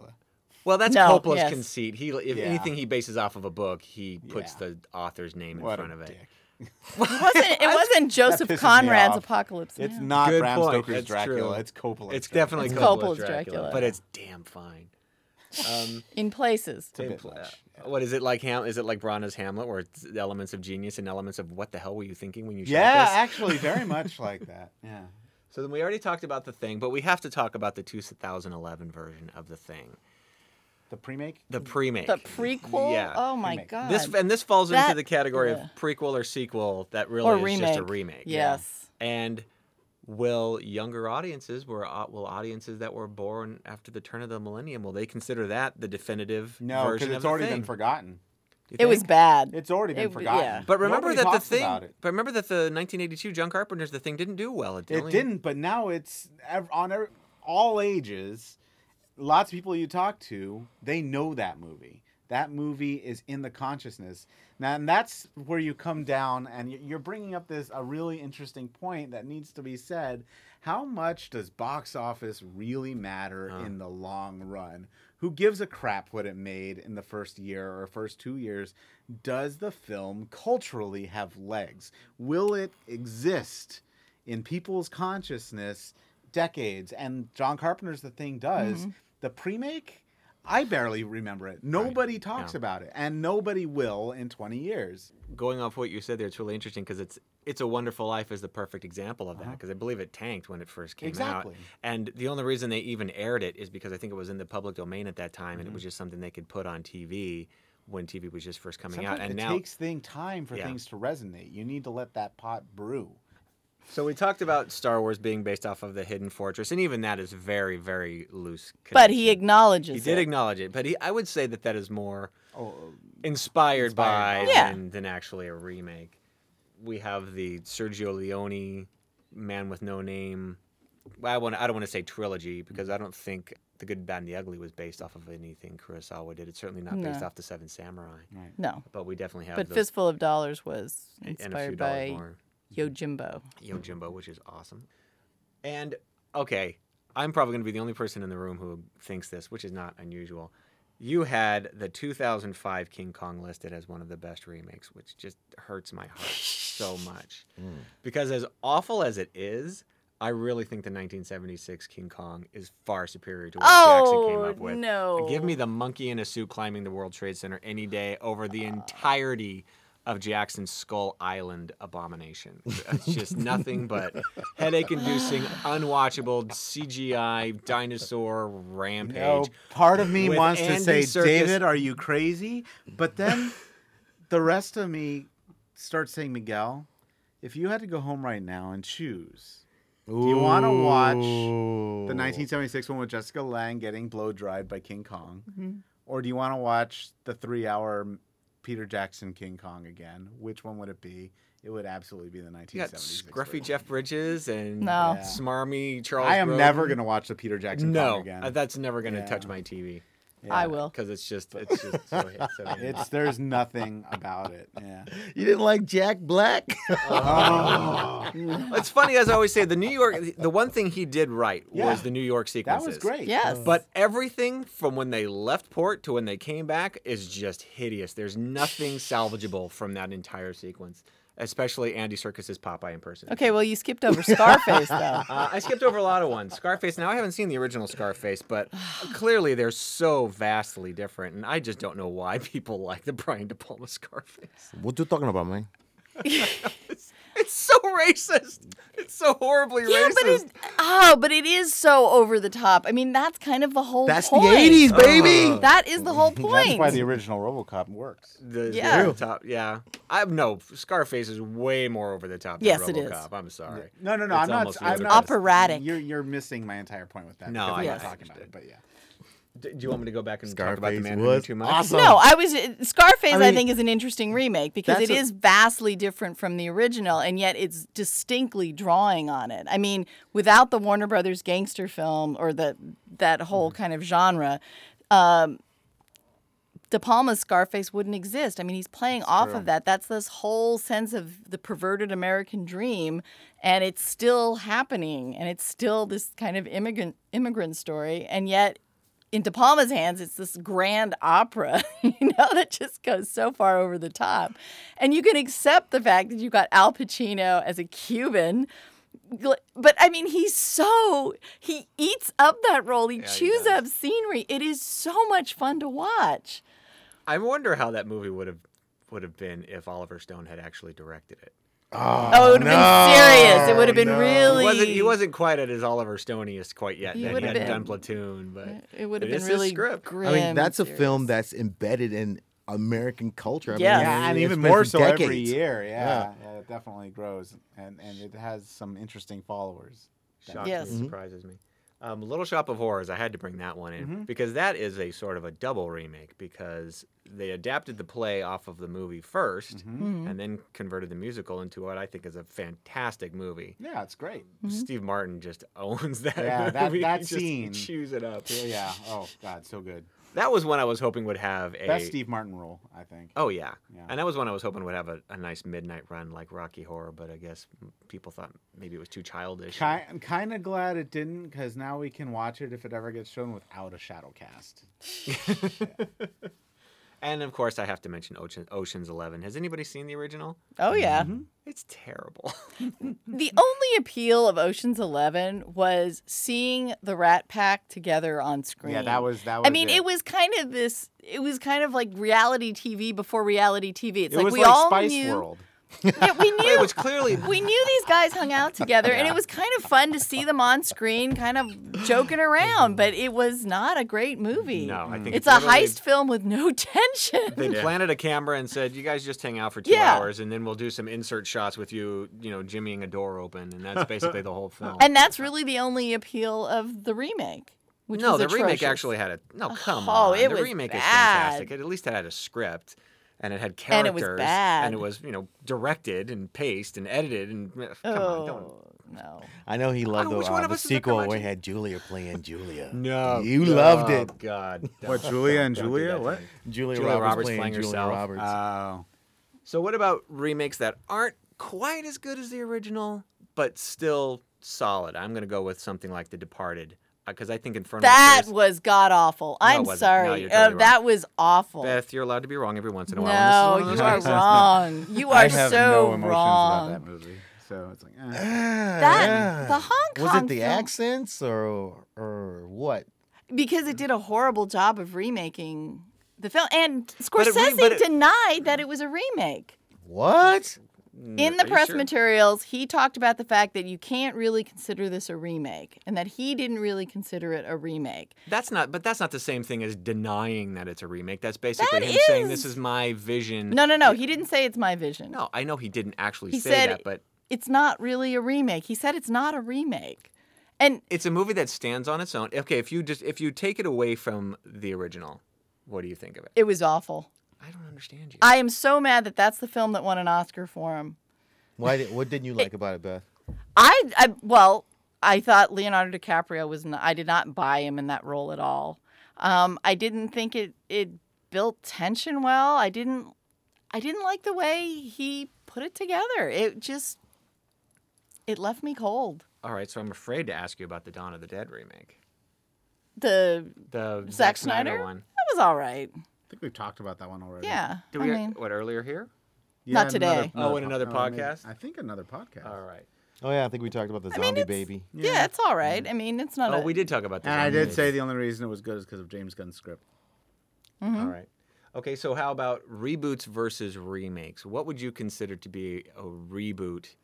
[SPEAKER 5] well, that's
[SPEAKER 4] No,
[SPEAKER 5] Coppola's
[SPEAKER 4] yes.
[SPEAKER 5] conceit. He, if
[SPEAKER 6] Yeah.
[SPEAKER 5] anything, he bases off of a book. He puts
[SPEAKER 6] Yeah.
[SPEAKER 5] the author's name in
[SPEAKER 6] What
[SPEAKER 5] front
[SPEAKER 6] a
[SPEAKER 5] of it.
[SPEAKER 6] dick.
[SPEAKER 4] It wasn't, it wasn't
[SPEAKER 6] pisses me
[SPEAKER 4] Joseph Conrad's
[SPEAKER 6] off.
[SPEAKER 4] Apocalypse.
[SPEAKER 6] It's
[SPEAKER 4] Now.
[SPEAKER 6] not
[SPEAKER 5] Good
[SPEAKER 6] Bram
[SPEAKER 5] point.
[SPEAKER 6] Stoker's
[SPEAKER 5] That's
[SPEAKER 6] Dracula.
[SPEAKER 5] true.
[SPEAKER 6] It's Coppola's.
[SPEAKER 5] It's
[SPEAKER 6] Dracula.
[SPEAKER 5] definitely
[SPEAKER 4] It's
[SPEAKER 5] Coppola's,
[SPEAKER 4] Coppola's
[SPEAKER 5] Dracula,
[SPEAKER 4] Dracula.
[SPEAKER 5] but it's damn fine. Um,
[SPEAKER 4] in places.
[SPEAKER 6] a
[SPEAKER 5] in
[SPEAKER 6] bit
[SPEAKER 5] pla-
[SPEAKER 6] much,
[SPEAKER 5] What is it like? Ham? Is it like Brana's Hamlet, where it's elements of genius and elements of what the hell were you thinking when you shot
[SPEAKER 6] Yeah,
[SPEAKER 5] this?
[SPEAKER 6] actually, very much like that. Yeah.
[SPEAKER 5] So then we already talked about the thing, but we have to talk about the 2011 version of the thing,
[SPEAKER 6] The premake.
[SPEAKER 5] the premake.
[SPEAKER 4] The prequel.
[SPEAKER 5] Yeah.
[SPEAKER 4] Oh my
[SPEAKER 6] Remake.
[SPEAKER 4] god.
[SPEAKER 5] This and this falls into
[SPEAKER 4] That-
[SPEAKER 5] the category
[SPEAKER 4] ugh.
[SPEAKER 5] of prequel or sequel that really
[SPEAKER 4] or
[SPEAKER 5] is
[SPEAKER 4] remake.
[SPEAKER 5] just a remake.
[SPEAKER 4] Yes.
[SPEAKER 5] And will younger audiences, were au- will audiences that were born after the turn of the millennium, will they consider that the definitive
[SPEAKER 6] No, because
[SPEAKER 5] version of
[SPEAKER 6] it's
[SPEAKER 5] the
[SPEAKER 6] already
[SPEAKER 5] thing?
[SPEAKER 6] been forgotten.
[SPEAKER 5] You
[SPEAKER 4] It was
[SPEAKER 5] think?
[SPEAKER 4] bad.
[SPEAKER 6] It's already been
[SPEAKER 4] It-
[SPEAKER 6] forgotten.
[SPEAKER 4] yeah.
[SPEAKER 5] But remember
[SPEAKER 6] Nobody
[SPEAKER 5] that the
[SPEAKER 6] talks
[SPEAKER 5] thing.
[SPEAKER 6] about it.
[SPEAKER 5] But remember that the 1982 John Carpenter's The Thing didn't do well. It,
[SPEAKER 6] It
[SPEAKER 5] only-
[SPEAKER 6] didn't, but now it's ev- on ev- all ages. Lots of people you talk to, they know that movie. That movie is in the consciousness now, and that's where you come down, and y- you're bringing up this a really interesting point that needs to be said. How much does box office really matter in the long run? Who gives a crap what it made in the first year or first two years? Does the film culturally have legs? Will it exist? in people's consciousness decades and john carpenter's the thing does
[SPEAKER 5] Mm-hmm.
[SPEAKER 6] the pre-make i barely remember it nobody talks about it and nobody will in 20 years
[SPEAKER 5] Going off what you said there, it's really interesting because it's it's a Wonderful Life is the perfect example of that because I believe it tanked when it first came
[SPEAKER 6] Uh-huh. Exactly.
[SPEAKER 5] out, and the only reason they even aired it is because I think it was in the public domain at that time,
[SPEAKER 6] Mm-hmm.
[SPEAKER 5] and it was just something they could put on TV when TV was just first coming
[SPEAKER 6] Sometimes
[SPEAKER 5] out, and
[SPEAKER 6] it
[SPEAKER 5] now
[SPEAKER 6] takes thing time for
[SPEAKER 5] Yeah.
[SPEAKER 6] things to resonate you need to let that pot brew
[SPEAKER 5] So we talked about Star Wars being based off of the Hidden Fortress, and even that is very, very loose.
[SPEAKER 4] But he
[SPEAKER 5] connection.
[SPEAKER 4] acknowledges
[SPEAKER 5] he did
[SPEAKER 4] it.
[SPEAKER 5] acknowledge it, but he, I would say that that is more
[SPEAKER 6] Oh,
[SPEAKER 5] inspired, by
[SPEAKER 4] by. Yeah.
[SPEAKER 5] than, than actually a remake. We have the Sergio Leone Man with No Name. Well, I want I don't want to say trilogy because I don't think The Good, Bad, and the Ugly was based off of anything Kurosawa did. It's certainly not based
[SPEAKER 4] No.
[SPEAKER 5] off the Seven Samurai.
[SPEAKER 4] no.
[SPEAKER 5] But we definitely have
[SPEAKER 4] But
[SPEAKER 5] the,
[SPEAKER 4] Fistful of Dollars was
[SPEAKER 5] and a few
[SPEAKER 4] inspired
[SPEAKER 5] dollars
[SPEAKER 4] by
[SPEAKER 5] more.
[SPEAKER 4] Yojimbo.
[SPEAKER 5] Yojimbo, which is awesome. And okay, I'm probably going to be the only person in the room who thinks this, which is not unusual. You had the 2005 King Kong listed as one of the best remakes, which just hurts my heart so much. Because as awful as it is, I really think the 1976 King Kong is far superior to what Jackson came
[SPEAKER 4] Oh,
[SPEAKER 5] up with.
[SPEAKER 4] no.
[SPEAKER 5] Give
[SPEAKER 6] Oh.
[SPEAKER 5] me the monkey in a suit climbing the World Trade Center any day over the entirety of Jackson's Skull Island abomination. It's just nothing but headache inducing, unwatchable CGI dinosaur rampage.
[SPEAKER 6] no, part of me
[SPEAKER 5] With
[SPEAKER 6] wants
[SPEAKER 5] Andy
[SPEAKER 6] to say,
[SPEAKER 5] Serkis-
[SPEAKER 6] David, are you crazy? But then the rest of me starts saying, Miguel, if you had to go home right now and choose, do you want to watch the 1976 one with Jessica Lange getting blow dried by King Kong, or do you want to watch the three hour Peter Jackson King Kong again? Which one would it be? It would absolutely be the
[SPEAKER 5] You got
[SPEAKER 6] 1976.
[SPEAKER 5] scruffy
[SPEAKER 6] version.
[SPEAKER 5] Jeff Bridges and
[SPEAKER 4] No. Yeah.
[SPEAKER 5] smarmy Charles.
[SPEAKER 6] I am never
[SPEAKER 5] Grodin.
[SPEAKER 6] going to watch the Peter Jackson Kong
[SPEAKER 5] No,
[SPEAKER 6] again.
[SPEAKER 5] uh, that's never going to
[SPEAKER 6] Yeah.
[SPEAKER 5] touch my TV
[SPEAKER 4] I will.
[SPEAKER 5] because it's just it's just so, it's so
[SPEAKER 6] It's there's nothing about it. Yeah. Oh,
[SPEAKER 3] You didn't like Jack Black?
[SPEAKER 5] It's funny as I always say the New York the one thing he did right
[SPEAKER 6] Yeah.
[SPEAKER 5] was the New York sequences.
[SPEAKER 6] That was great.
[SPEAKER 4] Yes.
[SPEAKER 5] But everything from when they left port to when they came back is just hideous. There's nothing salvageable from that entire sequence, especially Andy Circus's Popeye impersonation.
[SPEAKER 4] okay, well, you skipped over Scarface, though.
[SPEAKER 5] Uh, I skipped over a lot of ones. Scarface. Now I haven't seen the original Scarface, but clearly they're so vastly different, and I just don't know why people like the Brian De Palma Scarface.
[SPEAKER 3] what you talking about, man?
[SPEAKER 5] It's so racist. It's so horribly
[SPEAKER 4] Yeah,
[SPEAKER 5] racist.
[SPEAKER 4] but it, oh, but it is so over the top. I mean, that's kind of the whole
[SPEAKER 3] That's
[SPEAKER 4] point.
[SPEAKER 3] the 80s, baby.
[SPEAKER 4] That is the whole point.
[SPEAKER 6] That's why the original RoboCop works.
[SPEAKER 5] The,
[SPEAKER 4] Yeah.
[SPEAKER 5] yeah. the top, yeah. I no. Scarface is way more over the top. Than
[SPEAKER 4] Yes, it is.
[SPEAKER 5] RoboCop. I'm sorry.
[SPEAKER 6] No, no, no.
[SPEAKER 5] It's
[SPEAKER 6] I'm not.
[SPEAKER 5] almost
[SPEAKER 6] I'm
[SPEAKER 5] ludicrous.
[SPEAKER 6] not
[SPEAKER 4] Operatic.
[SPEAKER 6] You're you're missing my entire point with that.
[SPEAKER 5] No,
[SPEAKER 6] because
[SPEAKER 5] I-
[SPEAKER 6] I'm not
[SPEAKER 4] Yes.
[SPEAKER 6] talking about it. But yeah.
[SPEAKER 5] D- do you want me to go back and talk about the
[SPEAKER 3] Scarface
[SPEAKER 5] man
[SPEAKER 3] was
[SPEAKER 5] too much?
[SPEAKER 3] awesome.
[SPEAKER 4] No, I was Scarface. I,
[SPEAKER 3] I mean,
[SPEAKER 4] think is an interesting remake because it
[SPEAKER 3] that's
[SPEAKER 4] is
[SPEAKER 3] a-
[SPEAKER 4] vastly different from the original, and yet it's distinctly drawing on it. I mean, without the Warner Brothers gangster film or the that whole kind of genre, um, De Palma's Scarface wouldn't exist. I mean, he's playing off of that. That's this whole sense of the perverted American dream, and it's still happening, and it's still this kind of immigrant immigrant story, and yet in De Palma's hands, it's this grand opera, you know, that just goes so far over the top. And you can accept the fact that you've got Al Pacino as a Cuban. gl- But I mean, he's so, he eats up that role. He chews up scenery. It is so much fun to watch.
[SPEAKER 5] I wonder how that movie would have would have been if Oliver Stone had actually directed it.
[SPEAKER 4] Oh, it would have been serious. It would have been really.
[SPEAKER 5] He wasn't, he wasn't quite at his Oliver Stoneiest quite yet.
[SPEAKER 4] He
[SPEAKER 5] Then.
[SPEAKER 4] would
[SPEAKER 5] He
[SPEAKER 4] have
[SPEAKER 5] hadn't done
[SPEAKER 4] been.
[SPEAKER 5] Platoon, but
[SPEAKER 4] It would have
[SPEAKER 5] it is
[SPEAKER 4] been
[SPEAKER 5] his
[SPEAKER 4] really
[SPEAKER 5] script.
[SPEAKER 4] grim.
[SPEAKER 3] I mean, that's a
[SPEAKER 4] and
[SPEAKER 3] film
[SPEAKER 4] serious.
[SPEAKER 3] that's embedded in American culture. I mean,
[SPEAKER 4] Yes.
[SPEAKER 6] Yeah, and
[SPEAKER 3] it's
[SPEAKER 6] even
[SPEAKER 3] been
[SPEAKER 6] more
[SPEAKER 3] for
[SPEAKER 6] so every
[SPEAKER 3] decades.
[SPEAKER 6] year. Yeah, yeah. it definitely grows, and and it has some interesting followers.
[SPEAKER 5] shocks
[SPEAKER 4] Yes.
[SPEAKER 6] Mm-hmm.
[SPEAKER 5] me, surprises me. Um, Little Shop of Horrors, I had to bring that one in
[SPEAKER 6] Mm-hmm.
[SPEAKER 5] because that is a sort of a double remake because they adapted the play off of the movie 1st
[SPEAKER 6] Mm-hmm.
[SPEAKER 4] Mm-hmm.
[SPEAKER 5] and then converted the musical into what I think is a fantastic movie.
[SPEAKER 6] Yeah, it's great.
[SPEAKER 4] Mm-hmm.
[SPEAKER 5] Steve Martin just owns that
[SPEAKER 6] Yeah, that-
[SPEAKER 5] movie.
[SPEAKER 6] that
[SPEAKER 5] He just
[SPEAKER 6] scene.
[SPEAKER 5] chews it up.
[SPEAKER 6] Yeah, yeah. Oh God, so good.
[SPEAKER 5] That was one I was hoping would have a.
[SPEAKER 6] Best Steve Martin role, I think.
[SPEAKER 5] Oh yeah.
[SPEAKER 6] Yeah.
[SPEAKER 5] and that was one I was hoping would have a, a nice midnight run like Rocky Horror, but I guess m- people thought maybe it was too childish.
[SPEAKER 6] Ki- I'm kind of glad it didn't, because now we can watch it if it ever gets shown without a shadow cast.
[SPEAKER 5] And of course, I have to mention Ocean, Ocean's Eleven. Has anybody seen the original?
[SPEAKER 4] Oh, yeah.
[SPEAKER 5] It's terrible.
[SPEAKER 4] The only appeal of Ocean's Eleven was seeing the Rat Pack together on screen.
[SPEAKER 6] Yeah, that was that was.
[SPEAKER 4] I mean, it. was kind of this. It was kind of like reality TV before reality TV. It's
[SPEAKER 6] It
[SPEAKER 4] like
[SPEAKER 6] was
[SPEAKER 4] we
[SPEAKER 6] like
[SPEAKER 4] all
[SPEAKER 6] Spice
[SPEAKER 4] knew.
[SPEAKER 6] World.
[SPEAKER 4] Yeah, we knew.
[SPEAKER 5] it was clearly
[SPEAKER 4] we knew these guys hung out together, and it was kind of fun to see them on screen, kind of joking around, but it was not a great movie.
[SPEAKER 5] No, I think
[SPEAKER 4] it's
[SPEAKER 5] it's
[SPEAKER 4] a
[SPEAKER 5] literally-
[SPEAKER 4] heist film with no tension.
[SPEAKER 5] They planted a camera and said, "You guys just hang out for two
[SPEAKER 4] Yeah.
[SPEAKER 5] hours, and then we'll do some insert shots with you, you know, jimmying a door open, and that's basically the whole film."
[SPEAKER 4] and that's really the only appeal of the remake. Which
[SPEAKER 5] no,
[SPEAKER 4] was
[SPEAKER 5] the remake
[SPEAKER 4] atrocious.
[SPEAKER 5] actually had a no. Come
[SPEAKER 4] Oh,
[SPEAKER 5] on,
[SPEAKER 4] it
[SPEAKER 5] the
[SPEAKER 4] was
[SPEAKER 5] remake is
[SPEAKER 4] bad.
[SPEAKER 5] fantastic. It at least had a script, and it had
[SPEAKER 4] And
[SPEAKER 5] characters,
[SPEAKER 4] it was bad.
[SPEAKER 5] and it was, you know directed and paced and edited. And come on, don't.
[SPEAKER 4] Oh, no.
[SPEAKER 3] I know he loved
[SPEAKER 5] Oh, which
[SPEAKER 3] the,
[SPEAKER 5] one
[SPEAKER 3] uh,
[SPEAKER 5] of
[SPEAKER 3] the
[SPEAKER 5] us is the
[SPEAKER 3] sequel where he
[SPEAKER 5] curmudgeon?
[SPEAKER 3] had Julia playing Julia.
[SPEAKER 5] No,
[SPEAKER 3] you loved
[SPEAKER 5] oh,
[SPEAKER 3] it.
[SPEAKER 5] God.
[SPEAKER 6] What,
[SPEAKER 5] don't-
[SPEAKER 6] Julia and
[SPEAKER 5] don't do
[SPEAKER 6] Julia?
[SPEAKER 5] that to
[SPEAKER 6] What?
[SPEAKER 5] me.
[SPEAKER 3] Julia,
[SPEAKER 5] Julia
[SPEAKER 3] Roberts,
[SPEAKER 5] Roberts
[SPEAKER 3] playing, Uh,
[SPEAKER 5] playing
[SPEAKER 3] Julia
[SPEAKER 5] herself.
[SPEAKER 3] Roberts.
[SPEAKER 6] Oh.
[SPEAKER 5] So, what about remakes that aren't quite as good as the original, but still solid? I'm going to go with something like The Departed, because I think in front
[SPEAKER 4] That
[SPEAKER 5] of the
[SPEAKER 4] was god awful. I'm
[SPEAKER 5] it wasn't. No,
[SPEAKER 4] sorry.
[SPEAKER 5] you're totally
[SPEAKER 4] Uh, that was awful.
[SPEAKER 5] Beth, you're allowed to be wrong every once in a while. and this
[SPEAKER 4] no,
[SPEAKER 5] is one of those
[SPEAKER 4] you are
[SPEAKER 5] cases.
[SPEAKER 4] wrong. You are
[SPEAKER 6] I have no
[SPEAKER 4] so
[SPEAKER 6] emotions
[SPEAKER 4] wrong.
[SPEAKER 6] about that movie. So it's like, eh.
[SPEAKER 4] Ah, That- the Hong
[SPEAKER 3] was
[SPEAKER 4] Kong
[SPEAKER 3] it the
[SPEAKER 4] film-
[SPEAKER 3] accents or or what?
[SPEAKER 4] because it did a horrible job of remaking the film. And
[SPEAKER 5] it
[SPEAKER 4] Scorsese
[SPEAKER 5] re- but it-
[SPEAKER 4] denied that it was a remake.
[SPEAKER 3] What?
[SPEAKER 4] In
[SPEAKER 5] Mm, Are
[SPEAKER 4] the
[SPEAKER 5] you
[SPEAKER 4] press
[SPEAKER 5] sure?
[SPEAKER 4] materials, he talked about the fact that you can't really consider this a remake and that he didn't really consider it a remake.
[SPEAKER 5] That's not, but that's not the same thing as denying that it's a remake. That's basically
[SPEAKER 4] That
[SPEAKER 5] him saying this
[SPEAKER 4] is-
[SPEAKER 5] is my vision.
[SPEAKER 4] No, no, no. He didn't say it's my vision.
[SPEAKER 5] no, I know he didn't actually
[SPEAKER 4] He
[SPEAKER 5] say
[SPEAKER 4] said-
[SPEAKER 5] that, but
[SPEAKER 4] It's not really a remake. He said it's not a remake. And
[SPEAKER 5] it's a movie that stands on its own. Okay, if you just if you take it away from the original, what do you think of it?
[SPEAKER 4] it was awful.
[SPEAKER 5] I don't understand you.
[SPEAKER 4] I am so mad that that's the film that won an Oscar for him.
[SPEAKER 3] Why? Did, what didn't you like about it, Beth?
[SPEAKER 4] I, I well, I thought Leonardo DiCaprio was. Not, I did not buy him in that role at all. Um, I didn't think it it built tension well. I didn't. I didn't like the way he put it together. It just it left me cold.
[SPEAKER 5] All right, so I'm afraid to ask you about the Dawn of the Dead remake,
[SPEAKER 4] The
[SPEAKER 5] the
[SPEAKER 4] Zack
[SPEAKER 5] Zack Snyder,
[SPEAKER 4] Snyder?
[SPEAKER 5] one.
[SPEAKER 4] that was all right.
[SPEAKER 6] I think we've talked about that one already.
[SPEAKER 4] Yeah,
[SPEAKER 5] Did we
[SPEAKER 4] I mean,
[SPEAKER 5] what earlier here?
[SPEAKER 4] Not today.
[SPEAKER 5] Oh, in another
[SPEAKER 6] no, maybe-
[SPEAKER 5] podcast?
[SPEAKER 6] I think another podcast.
[SPEAKER 5] All right.
[SPEAKER 3] Oh yeah, I think we talked about the
[SPEAKER 4] mean,
[SPEAKER 3] zombie
[SPEAKER 4] it's-
[SPEAKER 3] baby.
[SPEAKER 4] yeah. it's all right. I mean, it's not.
[SPEAKER 5] Oh,
[SPEAKER 4] a,
[SPEAKER 5] we did talk about that.
[SPEAKER 6] And I did say the only reason it was good is because of James Gunn's script.
[SPEAKER 3] Hmm?
[SPEAKER 5] All right. Okay, so how about reboots versus remakes? What would you consider to be a reboot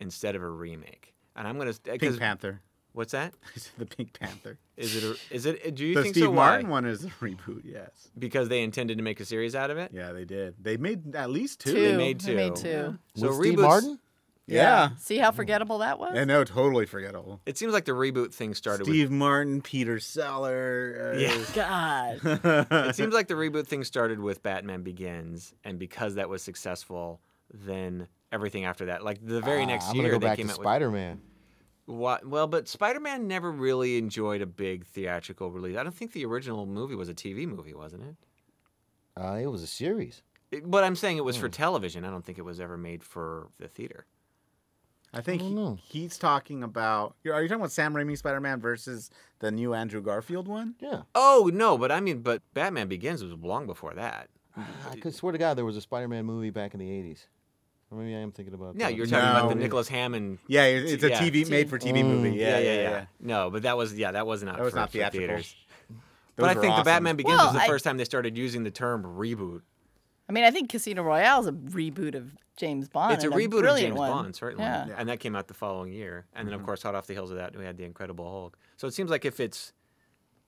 [SPEAKER 5] instead of a remake? And I'm gonna
[SPEAKER 6] Pink
[SPEAKER 5] because
[SPEAKER 6] Panther.
[SPEAKER 5] what's that?
[SPEAKER 6] the Pink Panther.
[SPEAKER 5] Is it? A, is it? Do you
[SPEAKER 6] the
[SPEAKER 5] think
[SPEAKER 6] Steve
[SPEAKER 5] so?
[SPEAKER 6] Martin
[SPEAKER 5] Why?
[SPEAKER 6] one is a reboot. Yes.
[SPEAKER 5] Because they intended to make a series out of it.
[SPEAKER 6] Yeah, they did. They made at least two.
[SPEAKER 4] two.
[SPEAKER 5] They made
[SPEAKER 4] They made
[SPEAKER 5] two.
[SPEAKER 4] two.
[SPEAKER 5] So
[SPEAKER 3] With
[SPEAKER 5] reboots,
[SPEAKER 3] Steve Martin?
[SPEAKER 6] Yeah.
[SPEAKER 4] See how forgettable that was.
[SPEAKER 6] And no, totally forgettable.
[SPEAKER 5] It seems like the reboot thing started with
[SPEAKER 6] Steve Martin, Peter Seller.
[SPEAKER 5] Yeah.
[SPEAKER 4] God.
[SPEAKER 5] it seems like the reboot thing started with Batman Begins, and because that was successful, then everything after that, like the very
[SPEAKER 3] Ah,
[SPEAKER 5] next
[SPEAKER 3] I'm
[SPEAKER 5] year,
[SPEAKER 3] gonna go
[SPEAKER 5] they
[SPEAKER 3] back
[SPEAKER 5] came
[SPEAKER 3] to
[SPEAKER 5] out
[SPEAKER 3] Spider Man.
[SPEAKER 5] with. What, well, but Spider-Man never really enjoyed a big theatrical release. I don't think the original movie was a TV movie, wasn't it?
[SPEAKER 3] Uh, it was a series.
[SPEAKER 5] it but I'm saying it was
[SPEAKER 6] Hmm.
[SPEAKER 5] for television. I don't think it was ever made for the theater.
[SPEAKER 6] I think he-
[SPEAKER 3] know.
[SPEAKER 6] he's talking about. Are you talking about Sam Raimi Spider Man versus the new Andrew Garfield one?
[SPEAKER 3] Yeah,
[SPEAKER 5] Oh no, but I mean, but Batman Begins was long before that.
[SPEAKER 3] I could swear to God there was a Spider Man movie back in the '80s. Or maybe I am thinking about.
[SPEAKER 5] Yeah,
[SPEAKER 3] that.
[SPEAKER 5] you're talking about the
[SPEAKER 6] No.
[SPEAKER 5] Nicholas Hammond
[SPEAKER 6] Yeah, it- it's a
[SPEAKER 5] Yeah.
[SPEAKER 6] TV made for TV movie. Yeah, yeah, yeah.
[SPEAKER 5] No, but that was yeah, that was not
[SPEAKER 6] That was
[SPEAKER 5] for,
[SPEAKER 6] not
[SPEAKER 5] for
[SPEAKER 6] theatrical.
[SPEAKER 5] theaters.
[SPEAKER 6] Those
[SPEAKER 5] but I
[SPEAKER 6] were
[SPEAKER 5] think
[SPEAKER 6] awesome.
[SPEAKER 5] the Batman Begins
[SPEAKER 4] Well,
[SPEAKER 5] was the
[SPEAKER 4] I-
[SPEAKER 5] first time they started using the term reboot.
[SPEAKER 4] I mean, I think Casino Royale is a reboot of James Bond.
[SPEAKER 5] it's a
[SPEAKER 4] and
[SPEAKER 5] reboot of
[SPEAKER 4] brilliant
[SPEAKER 5] James
[SPEAKER 4] one.
[SPEAKER 5] Bond, certainly,
[SPEAKER 4] Yeah.
[SPEAKER 5] and that came out the following year. And
[SPEAKER 6] Mm-hmm.
[SPEAKER 5] then, of course, hot off the heels of that, we had the Incredible Hulk. So it seems like if it's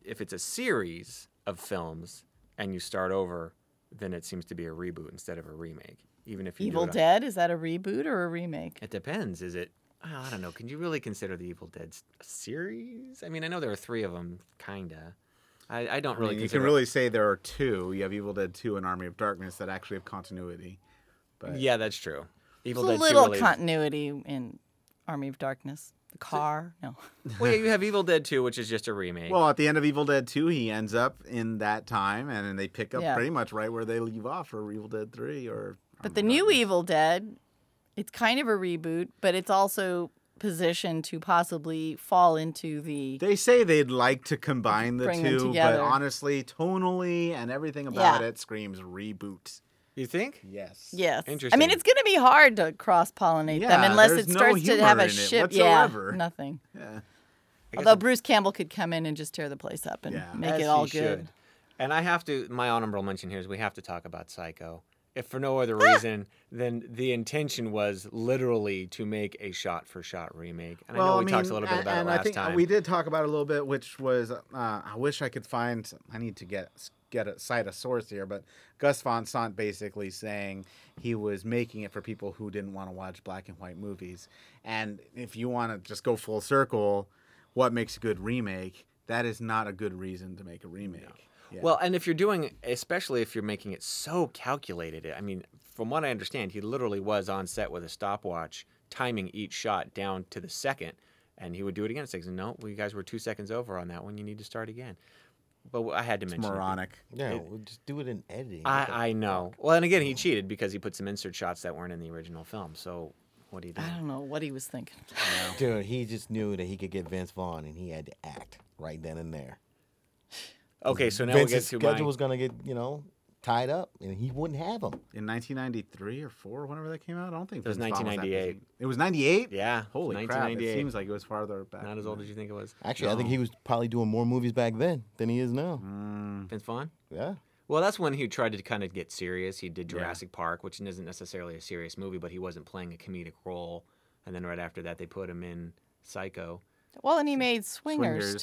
[SPEAKER 5] if it's a series of films and you start over, then it seems to be a reboot instead of a remake. Even if you do
[SPEAKER 4] Evil
[SPEAKER 5] it on-
[SPEAKER 4] Dead is that a reboot or a remake?
[SPEAKER 5] It depends. Is it? well, I don't know. Can you really consider the Evil Dead s- a series? I mean, I know there are three of them, kinda. I, I don't
[SPEAKER 6] I mean,
[SPEAKER 5] really.
[SPEAKER 6] you
[SPEAKER 5] consider
[SPEAKER 6] can really say there are two. You have Evil Dead 2 and Army of Darkness that actually have continuity. But
[SPEAKER 5] Yeah, that's true. Evil
[SPEAKER 4] There's a
[SPEAKER 5] Dead
[SPEAKER 4] little
[SPEAKER 5] 2 really.
[SPEAKER 4] continuity in Army of Darkness. The car, no.
[SPEAKER 5] well, yeah, you have Evil Dead 2, which is just a remake.
[SPEAKER 6] Well, at the end of Evil Dead 2, he ends up in that time, and then they pick up
[SPEAKER 4] Yeah.
[SPEAKER 6] pretty much right where they leave off for Evil Dead 3 or.
[SPEAKER 4] But the new Evil Dead, it's kind of a reboot, but it's also positioned to possibly fall into the.
[SPEAKER 6] They say they'd like to combine the
[SPEAKER 4] Bring
[SPEAKER 6] two,
[SPEAKER 4] them
[SPEAKER 6] but
[SPEAKER 4] together.
[SPEAKER 6] honestly, tonally and everything about
[SPEAKER 4] Yeah.
[SPEAKER 6] it screams reboot.
[SPEAKER 5] you think?
[SPEAKER 6] Yes.
[SPEAKER 4] Yes. I
[SPEAKER 5] Interesting.
[SPEAKER 4] mean, it's going to be hard to cross pollinate them
[SPEAKER 6] Yeah,
[SPEAKER 4] unless
[SPEAKER 6] there's
[SPEAKER 4] it
[SPEAKER 6] no
[SPEAKER 4] starts to
[SPEAKER 6] humor
[SPEAKER 4] have
[SPEAKER 6] in
[SPEAKER 4] a
[SPEAKER 6] it
[SPEAKER 4] ship.
[SPEAKER 6] whatsoever.
[SPEAKER 4] Yeah, nothing.
[SPEAKER 5] I guess
[SPEAKER 4] Although
[SPEAKER 5] I'm-
[SPEAKER 4] Bruce Campbell could come in and just tear the place up and
[SPEAKER 6] Yeah.
[SPEAKER 4] make
[SPEAKER 5] as
[SPEAKER 4] it all
[SPEAKER 5] he
[SPEAKER 4] good.
[SPEAKER 5] should. And I have to. My honorable mention here is we have to talk about Psycho. if for no other reason than the intention was literally to make a shot for shot remake. And I know we talked a little bit
[SPEAKER 6] and-
[SPEAKER 5] about
[SPEAKER 6] and
[SPEAKER 5] it last
[SPEAKER 6] I think
[SPEAKER 5] time.
[SPEAKER 6] We did talk about it a little bit, which was uh, I wish I could find. I need to get get a cite a source here, but Gus Von Sant basically saying he was making it for people who didn't want to watch black and white movies. And if you want to just go full circle, what makes a good remake? That is not a good reason to make a remake. Yeah.
[SPEAKER 5] Well, and if you're doing, especially if you're making it so calculated, I mean, from what I understand, he literally was on set with a stopwatch, timing each shot down to the second, and he would do it again. It's like, no, well, you guys were two seconds over on that one. You need to start again. But I had to mention it.
[SPEAKER 6] moronic.
[SPEAKER 3] Yeah, we'll just do it in editing.
[SPEAKER 5] I, I know. Well, and again, he cheated because he put some insert shots that weren't in the original film. So what do you do?
[SPEAKER 4] I don't know what he was thinking.
[SPEAKER 3] Dude, he just knew that he could get Vince Vaughn, and he had to act right then and there.
[SPEAKER 5] Okay, so now we get
[SPEAKER 3] Vince's
[SPEAKER 5] to
[SPEAKER 3] schedule
[SPEAKER 5] my...
[SPEAKER 3] was gonna get you know tied up, and he wouldn't have him.
[SPEAKER 6] In 1993 or four, whenever that came out, I don't think
[SPEAKER 5] It was
[SPEAKER 6] Vince Vaughn that
[SPEAKER 5] 1998.
[SPEAKER 6] busy. It was 98.
[SPEAKER 5] Yeah,
[SPEAKER 6] holy crap! It
[SPEAKER 5] 1998.
[SPEAKER 6] seems like it was farther back.
[SPEAKER 5] not as
[SPEAKER 6] than
[SPEAKER 5] old
[SPEAKER 6] that.
[SPEAKER 5] as you think it was.
[SPEAKER 3] Actually, I think he was probably doing more movies back then than he is now.
[SPEAKER 5] Mm.
[SPEAKER 6] Mm.
[SPEAKER 5] Vince Vaughn?
[SPEAKER 3] Yeah.
[SPEAKER 5] Well, that's when he tried to kind of get serious. He did Jurassic Park, which isn't necessarily a serious movie, but he wasn't playing a comedic role. And then right after that, they put him in Psycho.
[SPEAKER 4] Well, and he made Swingers,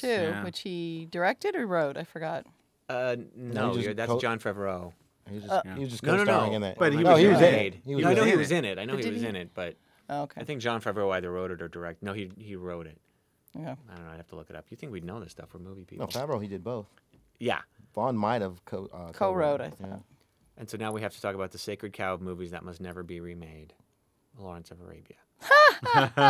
[SPEAKER 6] Swingers,
[SPEAKER 4] too,
[SPEAKER 6] yeah.
[SPEAKER 4] which he directed or wrote. I forgot.
[SPEAKER 5] Uh, no,
[SPEAKER 3] just
[SPEAKER 5] you're, that's
[SPEAKER 3] co-
[SPEAKER 5] John Favreau.
[SPEAKER 3] He was just, he was just
[SPEAKER 5] No, no,
[SPEAKER 3] co-starring
[SPEAKER 5] no.
[SPEAKER 3] in that.
[SPEAKER 6] But he
[SPEAKER 3] no,
[SPEAKER 6] was
[SPEAKER 3] he was in
[SPEAKER 5] made.
[SPEAKER 3] it. He was
[SPEAKER 5] no, I
[SPEAKER 3] in
[SPEAKER 5] know
[SPEAKER 3] it.
[SPEAKER 5] he was in it. I know he
[SPEAKER 4] did
[SPEAKER 5] was
[SPEAKER 4] he-
[SPEAKER 5] in it, but
[SPEAKER 4] Oh,
[SPEAKER 5] I
[SPEAKER 4] okay.
[SPEAKER 5] think John Favreau either wrote it or directed. No, he he wrote it.
[SPEAKER 4] Okay.
[SPEAKER 5] I don't know. I'd have to look it up. You think we'd know this stuff? We're movie
[SPEAKER 3] No,
[SPEAKER 5] people.
[SPEAKER 3] Favreau, he did both.
[SPEAKER 5] Yeah.
[SPEAKER 3] Vaughn might have co uh,
[SPEAKER 4] Co-wrote,
[SPEAKER 3] co-wrote
[SPEAKER 4] I
[SPEAKER 3] it,
[SPEAKER 4] thought.
[SPEAKER 5] And so now we have to talk about the Sacred Cow of movies that must never be remade. Lawrence of Arabia.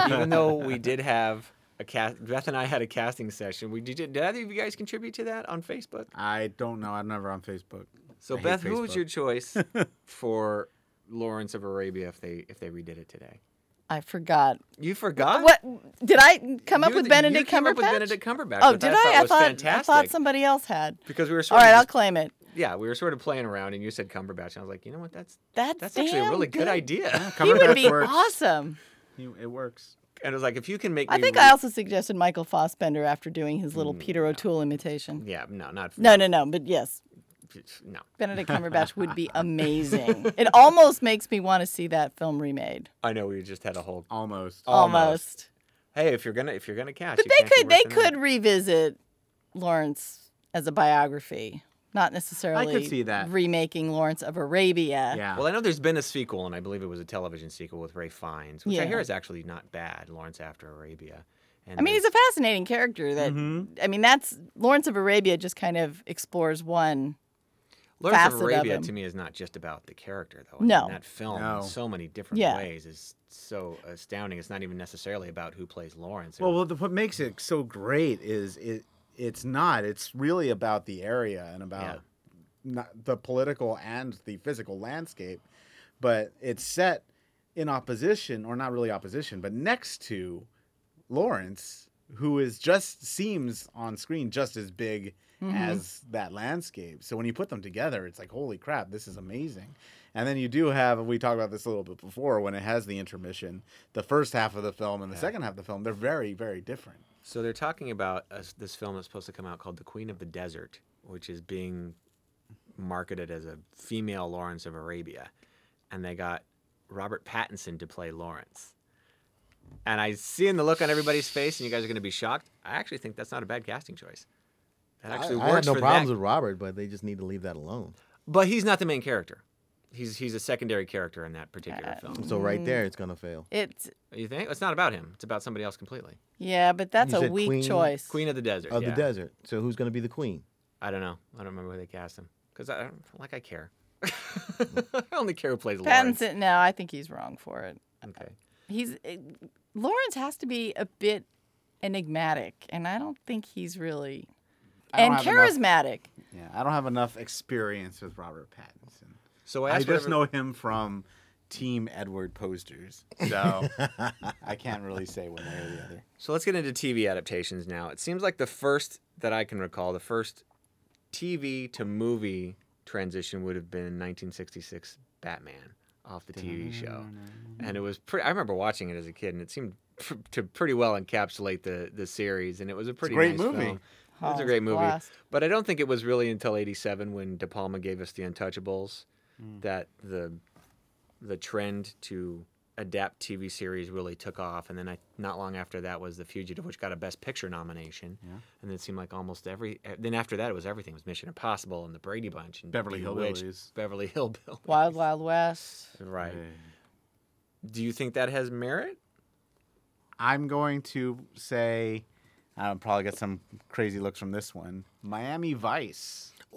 [SPEAKER 5] Even though we did have a cast, Beth and I had a casting session. We did. Did either of you guys contribute to that on Facebook?
[SPEAKER 6] I don't know. I'm never on Facebook.
[SPEAKER 5] So
[SPEAKER 6] I hate
[SPEAKER 5] Beth, who was
[SPEAKER 6] Facebook.
[SPEAKER 5] your choice for Lawrence of Arabia if they if they redid it today?
[SPEAKER 4] I forgot.
[SPEAKER 5] You forgot.
[SPEAKER 4] What did I come up
[SPEAKER 5] You-
[SPEAKER 4] with
[SPEAKER 5] you
[SPEAKER 4] Benedict
[SPEAKER 5] came
[SPEAKER 4] Cumberbatch?
[SPEAKER 5] up with Benedict Cumberbatch,
[SPEAKER 4] Oh,
[SPEAKER 5] which
[SPEAKER 4] did
[SPEAKER 5] I
[SPEAKER 4] I?
[SPEAKER 5] thought
[SPEAKER 4] I
[SPEAKER 5] was
[SPEAKER 4] thought I thought
[SPEAKER 5] fantastic.
[SPEAKER 4] somebody else had.
[SPEAKER 5] Because we were sort
[SPEAKER 4] All right,
[SPEAKER 5] of
[SPEAKER 4] I'll
[SPEAKER 5] just-
[SPEAKER 4] claim it.
[SPEAKER 5] yeah, we were sort of playing around, and you said Cumberbatch, and I was like, you know what, that's
[SPEAKER 4] That's,
[SPEAKER 5] that's actually a
[SPEAKER 4] damn
[SPEAKER 5] really good, idea.
[SPEAKER 4] He would be
[SPEAKER 6] works.
[SPEAKER 4] awesome.
[SPEAKER 6] He- It works.
[SPEAKER 5] and it was like, if you can make,
[SPEAKER 4] I
[SPEAKER 5] me
[SPEAKER 4] think
[SPEAKER 5] re-
[SPEAKER 4] I also suggested Michael Fossbender after doing his little Peter O'Toole imitation.
[SPEAKER 5] Mm, yeah, no, not
[SPEAKER 4] No, no, no, but yes,
[SPEAKER 5] no.
[SPEAKER 4] Benedict Cumberbatch would be amazing. It almost makes me want to see that film remade.
[SPEAKER 5] I know we just had a whole
[SPEAKER 6] Almost.
[SPEAKER 4] Almost.
[SPEAKER 5] Hey, if you're gonna if you're gonna cast,
[SPEAKER 4] But
[SPEAKER 5] you
[SPEAKER 4] they
[SPEAKER 5] can't do
[SPEAKER 4] could
[SPEAKER 5] worse
[SPEAKER 4] they
[SPEAKER 5] than
[SPEAKER 4] could
[SPEAKER 5] that.
[SPEAKER 4] revisit Lawrence as a biography, not necessarily
[SPEAKER 6] see that.
[SPEAKER 4] remaking Lawrence of Arabia.
[SPEAKER 6] Yeah.
[SPEAKER 5] Well, I know there's been a sequel, and I believe it was a television sequel with Ray Fiennes, which I
[SPEAKER 4] Yeah.
[SPEAKER 5] hear is actually not bad. Lawrence After Arabia. And
[SPEAKER 4] I mean, he's a fascinating character. That
[SPEAKER 6] Mm-hmm.
[SPEAKER 4] I mean, that's Lawrence of Arabia just kind of explores one.
[SPEAKER 5] Lawrence of
[SPEAKER 4] facet of
[SPEAKER 5] Arabia
[SPEAKER 4] him.
[SPEAKER 5] to me is not just about the character, though. I mean,
[SPEAKER 4] No.
[SPEAKER 5] that film
[SPEAKER 6] No.
[SPEAKER 5] in so many different
[SPEAKER 4] Yeah.
[SPEAKER 5] ways is so astounding. It's not even necessarily about who plays Lawrence. or-
[SPEAKER 6] Well, well, the, what makes it so great is it. It's not. It's really about the area and about Um, not the political and the physical landscape, but it's set in opposition, or not really opposition, but next to Lawrence, who is just seems on screen just as big as that landscape. So when you put them together, it's like, holy crap, this is amazing. And then you do have, we talked about this a little bit before, when it has the intermission, the first half of the film and the second half of the film, they're very, very different.
[SPEAKER 5] So they're talking about uh, this film that's supposed to come out called The Queen of the Desert, which is being marketed as a female Lawrence of Arabia, and they got Robert Pattinson to play Lawrence. And I see in the look on everybody's face, and you guys are going to be shocked. I actually think that's not a bad casting choice. That actually
[SPEAKER 3] I, I
[SPEAKER 5] works
[SPEAKER 3] had no
[SPEAKER 5] for
[SPEAKER 3] problems
[SPEAKER 5] that.
[SPEAKER 3] with Robert, but they just need to leave that alone.
[SPEAKER 5] But he's not the main character. He's he's a secondary character in that particular film.
[SPEAKER 3] So right there, it's gonna fail.
[SPEAKER 4] It's
[SPEAKER 5] You think it's not about him? It's about somebody else completely.
[SPEAKER 4] yeah, but that's
[SPEAKER 3] You
[SPEAKER 4] a
[SPEAKER 3] said
[SPEAKER 4] weak
[SPEAKER 3] Queen-
[SPEAKER 4] choice.
[SPEAKER 5] Queen of the Desert.
[SPEAKER 3] Of
[SPEAKER 5] yeah.
[SPEAKER 3] the desert. So who's gonna be the queen?
[SPEAKER 5] I don't know. I don't remember where they cast him because I don't like I care. I only care who plays Lawrence.
[SPEAKER 4] Pattinson. No, I think he's wrong for it.
[SPEAKER 5] Okay.
[SPEAKER 4] He's eh, Lawrence has to be a bit enigmatic, and I don't think he's really
[SPEAKER 6] I
[SPEAKER 4] and
[SPEAKER 6] don't have enough-
[SPEAKER 4] charismatic.
[SPEAKER 6] yeah, I don't have enough experience with Robert Pattinson.
[SPEAKER 5] So I
[SPEAKER 6] I
[SPEAKER 5] asked
[SPEAKER 6] just
[SPEAKER 5] whatever-
[SPEAKER 6] know him from Team Edward posters, so I can't really say one way or the other.
[SPEAKER 5] So let's get into TV adaptations now. It seems like the first that I can recall, the first TV to movie transition would have been 1966 Batman off the TV show, and it was pretty. I remember watching it as a kid, and it seemed pr- to pretty well encapsulate the the series, and it was a pretty
[SPEAKER 6] great
[SPEAKER 5] nice
[SPEAKER 6] movie.
[SPEAKER 5] film. It was
[SPEAKER 4] Oh,
[SPEAKER 5] a great movie,
[SPEAKER 4] blast.
[SPEAKER 5] but I don't think it was really until '87 when De Palma gave us The Untouchables,
[SPEAKER 6] Hmm.
[SPEAKER 5] that the the trend to adapt TV series really took off, and then I, not long after that was The Fugitive, which got a Best Picture nomination, yeah. and it seemed like almost every. eh, Then after that, it was everything. It was Mission Impossible and The Brady Bunch and
[SPEAKER 6] Beverly
[SPEAKER 5] Bewitched,
[SPEAKER 6] Hillbillies.
[SPEAKER 5] Beverly Hillbillies.
[SPEAKER 4] Wild Wild West.
[SPEAKER 5] Right. Do you think that has merit?
[SPEAKER 6] I'm going to say, I'll probably get some crazy looks from this one. Miami Vice.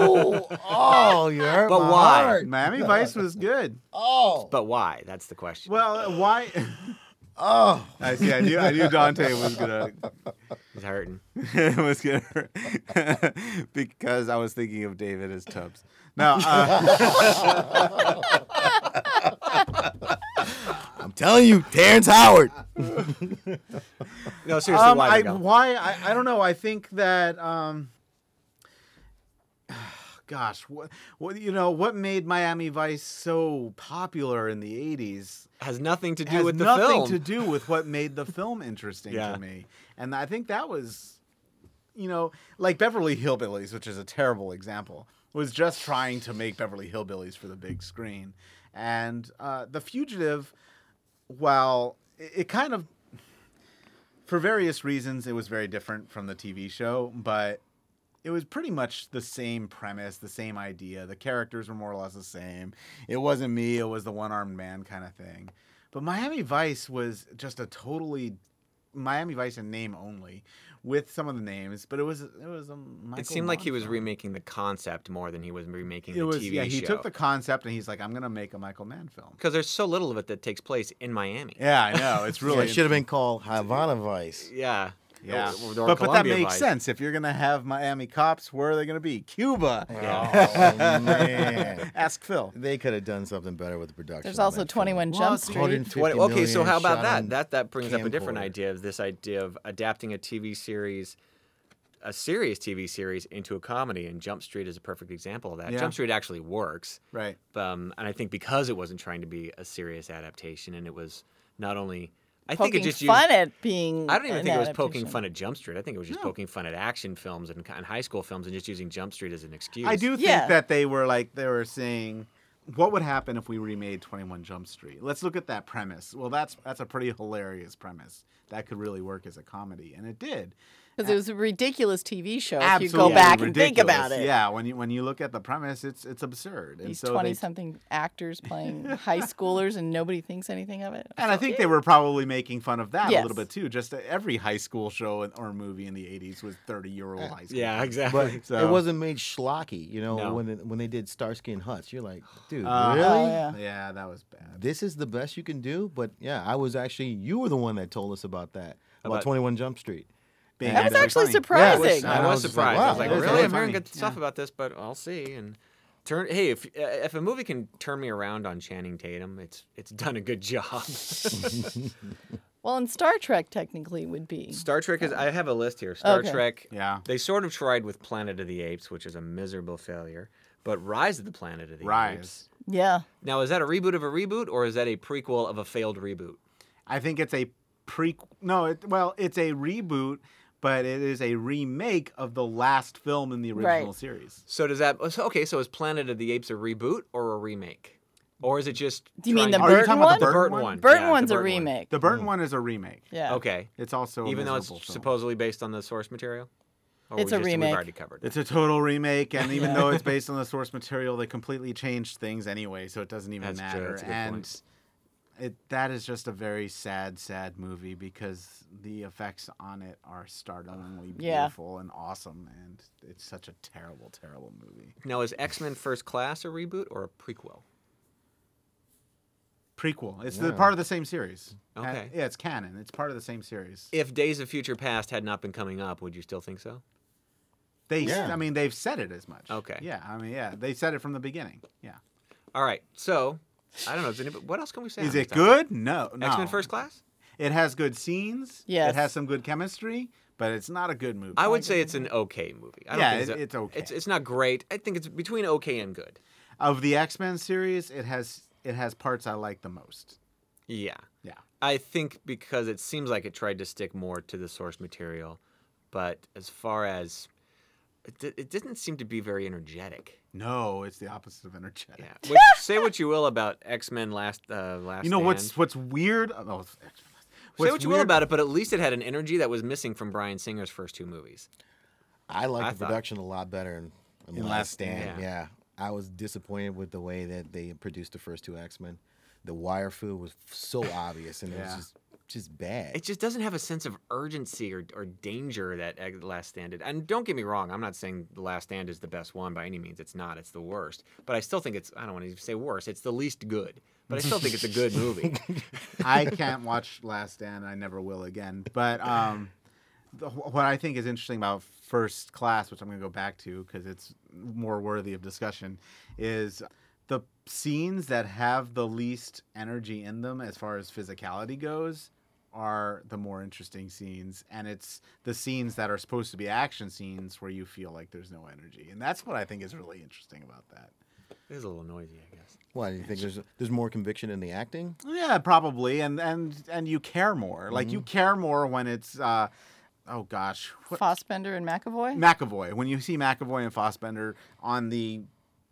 [SPEAKER 3] Oh, you hurt
[SPEAKER 5] But
[SPEAKER 3] my
[SPEAKER 5] why?
[SPEAKER 3] heart.
[SPEAKER 6] Miami Vice was good.
[SPEAKER 3] Oh,
[SPEAKER 5] But why? That's the question.
[SPEAKER 6] Well, why?
[SPEAKER 3] oh.
[SPEAKER 6] I see. I knew. I knew Dante was gonna
[SPEAKER 5] He's hurting.
[SPEAKER 6] was gonna because I was thinking of David as Tubbs. No, uh,
[SPEAKER 3] I'm telling you, Terrence Howard.
[SPEAKER 5] No, seriously,
[SPEAKER 6] um,
[SPEAKER 5] why?
[SPEAKER 6] I,
[SPEAKER 5] Miguel?
[SPEAKER 6] why I, I don't know. I think that um, gosh, what, what you know, what made Miami Vice so popular in the '80s
[SPEAKER 5] has nothing to do
[SPEAKER 6] has
[SPEAKER 5] with the
[SPEAKER 6] nothing
[SPEAKER 5] film.
[SPEAKER 6] to do with what made the film interesting
[SPEAKER 5] Yeah.
[SPEAKER 6] to me. And I think that was, you know, like Beverly Hillbillies, which is a terrible example, was just trying to make Beverly Hillbillies for the big screen. And uh, The Fugitive, while it, it kind of, for various reasons, it was very different from the TV show, but it was pretty much the same premise, the same idea. The characters were more or less the same. It wasn't me, it was the one armed man kind of thing. But Miami Vice was just a totally Miami Vice in name only, with some of the names, but it was it was a Michael
[SPEAKER 5] it seemed like he was
[SPEAKER 6] Mann film.
[SPEAKER 5] remaking the concept more than he was remaking
[SPEAKER 6] It
[SPEAKER 5] the
[SPEAKER 6] was
[SPEAKER 5] TV
[SPEAKER 6] yeah.
[SPEAKER 5] show.
[SPEAKER 6] He took the concept and he's like, I'm gonna make a Michael Mann film.
[SPEAKER 5] because there's so little of it that takes place in Miami.
[SPEAKER 6] Yeah, I know. It's
[SPEAKER 3] Really,
[SPEAKER 6] really
[SPEAKER 3] it should have been called Havana Vice.
[SPEAKER 5] Yeah.
[SPEAKER 6] Yeah,
[SPEAKER 5] Or-
[SPEAKER 6] but,
[SPEAKER 5] or
[SPEAKER 6] but that
[SPEAKER 5] Columbia
[SPEAKER 6] makes
[SPEAKER 5] Vice.
[SPEAKER 6] sense. If you're gonna have Miami cops, where are they gonna be? Cuba.
[SPEAKER 3] Oh man,
[SPEAKER 6] Ask Phil.
[SPEAKER 3] they could have done something better with the production.
[SPEAKER 4] There's
[SPEAKER 3] on
[SPEAKER 4] also
[SPEAKER 3] that
[SPEAKER 4] 21
[SPEAKER 6] Well,
[SPEAKER 4] Jump
[SPEAKER 6] it's
[SPEAKER 4] Street.
[SPEAKER 3] 150
[SPEAKER 5] What, okay, so
[SPEAKER 3] million
[SPEAKER 5] how about
[SPEAKER 3] shot
[SPEAKER 5] that?
[SPEAKER 3] on
[SPEAKER 5] That that brings up a different
[SPEAKER 3] camcorder.
[SPEAKER 5] idea of this idea of adapting a TV series, a serious TV series into a comedy, and Jump Street is a perfect example of that.
[SPEAKER 6] Yeah.
[SPEAKER 5] Jump Street actually works.
[SPEAKER 6] Right.
[SPEAKER 5] um, and I think because it wasn't trying to be a serious adaptation, and it was not only I think
[SPEAKER 4] Poking
[SPEAKER 5] it just
[SPEAKER 4] fun
[SPEAKER 5] used,
[SPEAKER 4] at being.
[SPEAKER 5] I don't even
[SPEAKER 4] an
[SPEAKER 5] think it was poking
[SPEAKER 4] adaptation.
[SPEAKER 5] fun at Jump Street. I think it was just poking fun at action films and, and high school films, and just using Jump Street as an excuse.
[SPEAKER 6] I do think
[SPEAKER 4] Yeah.
[SPEAKER 6] that they were like they were saying, what would happen if we remade Twenty One Jump Street? Let's look at that premise. Well, that's that's a pretty hilarious premise that could really work as a comedy, and it did.
[SPEAKER 4] Because it was a ridiculous TV show. if you
[SPEAKER 6] Absolutely
[SPEAKER 4] go back and think
[SPEAKER 6] ridiculous.
[SPEAKER 4] about it.
[SPEAKER 6] Yeah, when you when you look at the premise, it's it's absurd. And
[SPEAKER 4] These
[SPEAKER 6] so they,
[SPEAKER 4] twenty-something actors playing high schoolers, and nobody thinks anything of it.
[SPEAKER 6] and I think they were probably making fun of that a
[SPEAKER 4] Yes.
[SPEAKER 6] little bit too. Just every high school show and- or movie in the '80s was 30-year-old high school.
[SPEAKER 5] Uh, Yeah,
[SPEAKER 3] But
[SPEAKER 5] exactly.
[SPEAKER 6] So-
[SPEAKER 3] it wasn't made schlocky, you know.
[SPEAKER 5] No.
[SPEAKER 3] When it, when they did Starsky and Hutch, you're like, dude,
[SPEAKER 6] Uh,
[SPEAKER 3] really?
[SPEAKER 4] Oh, yeah.
[SPEAKER 6] yeah, that was bad.
[SPEAKER 3] This is the best you can do. But yeah, I was actually you were the one that told us about that about,
[SPEAKER 5] About-
[SPEAKER 3] 21 Jump Street.
[SPEAKER 6] Being
[SPEAKER 4] That was
[SPEAKER 6] really
[SPEAKER 4] actually
[SPEAKER 6] funny.
[SPEAKER 4] surprising.
[SPEAKER 5] I was, I
[SPEAKER 6] And
[SPEAKER 5] was
[SPEAKER 6] I was just like,
[SPEAKER 5] surprised.
[SPEAKER 3] wow,
[SPEAKER 5] I was
[SPEAKER 3] that
[SPEAKER 5] like,
[SPEAKER 3] was
[SPEAKER 5] really,
[SPEAKER 3] really
[SPEAKER 5] I'm hearing
[SPEAKER 6] funny.
[SPEAKER 5] good stuff about this, but I'll see. And turn, hey, if uh, if a movie can turn me around on Channing Tatum, it's it's done a good job.
[SPEAKER 4] Well, and Star Trek technically would be.
[SPEAKER 5] Star Trek is. I have a list here. Star
[SPEAKER 4] Okay.
[SPEAKER 5] Trek.
[SPEAKER 6] Yeah.
[SPEAKER 5] They sort of tried with Planet of the Apes, which is a miserable failure. But Rise of the Planet of the
[SPEAKER 6] Rise.
[SPEAKER 5] Apes.
[SPEAKER 4] Yeah.
[SPEAKER 5] Now, is that a reboot of a reboot, or is that a prequel of a failed reboot?
[SPEAKER 6] I think it's a pre. No, it, well, it's a reboot, but it is a remake of the last film in the original
[SPEAKER 4] Right.
[SPEAKER 6] series.
[SPEAKER 5] So does that? so- Okay, so is Planet of the Apes a reboot or a remake, or is it just?
[SPEAKER 4] Do you mean
[SPEAKER 5] trying
[SPEAKER 4] the
[SPEAKER 5] to-
[SPEAKER 6] Are you
[SPEAKER 4] Burton
[SPEAKER 6] talking about the
[SPEAKER 4] one?
[SPEAKER 6] Burton
[SPEAKER 5] Burton
[SPEAKER 6] one?
[SPEAKER 5] one?
[SPEAKER 4] Burton
[SPEAKER 5] Yeah, the
[SPEAKER 4] one's a
[SPEAKER 5] Burton one.
[SPEAKER 4] remake.
[SPEAKER 6] The Burton one is a remake.
[SPEAKER 4] Yeah.
[SPEAKER 5] Okay.
[SPEAKER 6] It's also a
[SPEAKER 5] Mm. Even though it's
[SPEAKER 6] miserable film.
[SPEAKER 5] supposedly based on the source material. Or
[SPEAKER 4] It's
[SPEAKER 5] we
[SPEAKER 4] a
[SPEAKER 5] just-
[SPEAKER 4] remake.
[SPEAKER 5] We've already covered.
[SPEAKER 6] It's a total remake, and even though it's based on the source material, they completely changed things anyway, so it doesn't even
[SPEAKER 5] That's true.
[SPEAKER 6] matter.
[SPEAKER 5] That's a good
[SPEAKER 6] and
[SPEAKER 5] point.
[SPEAKER 6] it that is just a very sad, sad movie because the effects on it are startlingly
[SPEAKER 4] Yeah.
[SPEAKER 6] beautiful and awesome, and it's such a terrible, terrible movie.
[SPEAKER 5] Now, is X Men First Class a reboot or a prequel?
[SPEAKER 6] prequel. It's the part of the same series. Uh,
[SPEAKER 5] Okay.
[SPEAKER 6] yeah, it's canon. It's part of the same series.
[SPEAKER 5] If Days of Future Past had not been coming up, would you still think so?
[SPEAKER 6] They, s-
[SPEAKER 3] Yeah.
[SPEAKER 6] I mean, they've said it as much.
[SPEAKER 5] Okay.
[SPEAKER 6] Yeah, I mean, yeah, they said it from the beginning. Yeah.
[SPEAKER 5] All right. So, I don't know. Does anybody, what else can we say?
[SPEAKER 6] Is
[SPEAKER 5] on this
[SPEAKER 6] it
[SPEAKER 5] topic?
[SPEAKER 6] good? No, no.
[SPEAKER 5] X Men First Class?
[SPEAKER 6] It has good scenes.
[SPEAKER 4] Yes.
[SPEAKER 6] It has some good chemistry, but it's not a good movie.
[SPEAKER 5] I would say it's an okay movie. I don't
[SPEAKER 6] Yeah,
[SPEAKER 5] think
[SPEAKER 6] it-
[SPEAKER 5] a-
[SPEAKER 6] it's okay.
[SPEAKER 5] It's, it's not great. I think it's between okay and good.
[SPEAKER 6] of the X Men series, it has it has parts I like the most.
[SPEAKER 5] Yeah.
[SPEAKER 6] Yeah.
[SPEAKER 5] I think because it seems like it tried to stick more to the source material, but as far as It, di- it didn't seem to be very energetic.
[SPEAKER 6] No, it's the opposite of energetic.
[SPEAKER 5] Yeah. Which, say what you will about X Men last uh, last.
[SPEAKER 6] You know
[SPEAKER 5] Stand.
[SPEAKER 6] what's what's weird? Oh, no, it's-
[SPEAKER 5] Say
[SPEAKER 6] what's
[SPEAKER 5] what you will
[SPEAKER 6] weird-
[SPEAKER 5] about it, but at least it had an energy that was missing from Brian Singer's first two movies.
[SPEAKER 3] I like
[SPEAKER 5] I
[SPEAKER 3] the
[SPEAKER 5] thought-
[SPEAKER 3] production a lot better in, in, Last,
[SPEAKER 6] Last
[SPEAKER 3] Stand.
[SPEAKER 5] Stand.
[SPEAKER 3] Yeah. I was disappointed with the way that they produced the first two X Men. The wire food was so obvious, and it was
[SPEAKER 6] Yeah.
[SPEAKER 3] just just bad.
[SPEAKER 5] It just doesn't have a sense of urgency or, or danger that Eg- Last Stand did. And don't get me wrong, I'm not saying The Last Stand is the best one by any means. It's not. It's the worst. But I still think it's. I don't want to say worse. It's the least good. But I still think it's a good movie.
[SPEAKER 6] I can't watch Last Stand. I never will again. But um, the, what I think is interesting about First Class, which I'm going to go back to because it's more worthy of discussion, is the scenes that have the least energy in them as far as physicality goes are the more interesting scenes and it's the scenes that are supposed to be action scenes where you feel like there's no energy and that's what i think is really interesting about that
[SPEAKER 5] it is a little noisy, I guess.
[SPEAKER 3] Why do you think there's there's more conviction in the acting?
[SPEAKER 6] Yeah, probably, and and and you care more. Like
[SPEAKER 5] Mm-hmm.
[SPEAKER 6] you care more when it's, uh, oh gosh, what,
[SPEAKER 4] Fossbender and McAvoy.
[SPEAKER 6] McAvoy. When you see McAvoy and Fossbender on the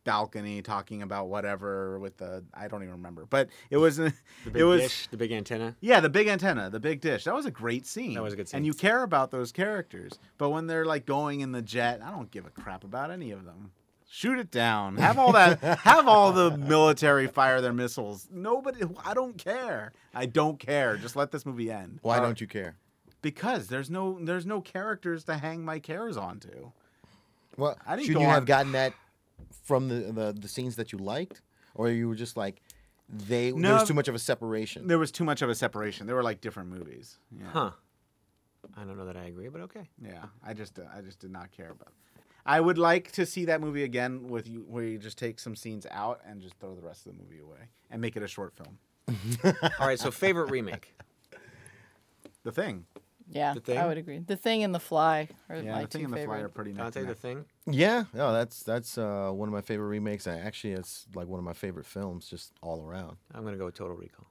[SPEAKER 6] balcony talking about whatever with the I don't even remember, but it was it
[SPEAKER 5] The big
[SPEAKER 6] was
[SPEAKER 5] dish, the big antenna.
[SPEAKER 6] yeah the big antenna, the big dish. That was a great scene.
[SPEAKER 5] That was a good scene.
[SPEAKER 6] And you care about those characters, but when they're like going in the jet, I don't give a crap about any of them. Shoot it down. Have all that. have all the military fire their missiles. Nobody. I don't care. I don't care. Just let this movie end.
[SPEAKER 3] Why don't you care?
[SPEAKER 6] Because there's no there's no characters to hang my cares onto.
[SPEAKER 3] Well,
[SPEAKER 6] I didn't
[SPEAKER 3] should
[SPEAKER 6] go
[SPEAKER 3] you
[SPEAKER 6] on-
[SPEAKER 3] have gotten that from the, the the scenes that you liked, or you were just like they there
[SPEAKER 6] No.
[SPEAKER 3] was too much of a separation?
[SPEAKER 6] There was too much of a separation. They were like different movies. Yeah.
[SPEAKER 5] Huh. I don't know that I agree, but okay.
[SPEAKER 6] Yeah, I just uh, I just did not care about. It. I would like to see that movie again with you, where you just take some scenes out and just throw the rest of the movie away and make it a short film.
[SPEAKER 5] All right. So favorite remake.
[SPEAKER 6] The Thing,
[SPEAKER 4] yeah,
[SPEAKER 5] The Thing?
[SPEAKER 4] I would agree. The Thing and the Fly are
[SPEAKER 6] yeah,
[SPEAKER 4] my
[SPEAKER 6] The Thing
[SPEAKER 4] two
[SPEAKER 6] and the
[SPEAKER 4] favorite.
[SPEAKER 6] Fly are pretty nice.
[SPEAKER 5] Dante the Thing.
[SPEAKER 3] Yeah, no, that's that's uh, one of my favorite remakes. I actually, it's like one of my favorite films, just all around.
[SPEAKER 5] I'm gonna go with Total Recall.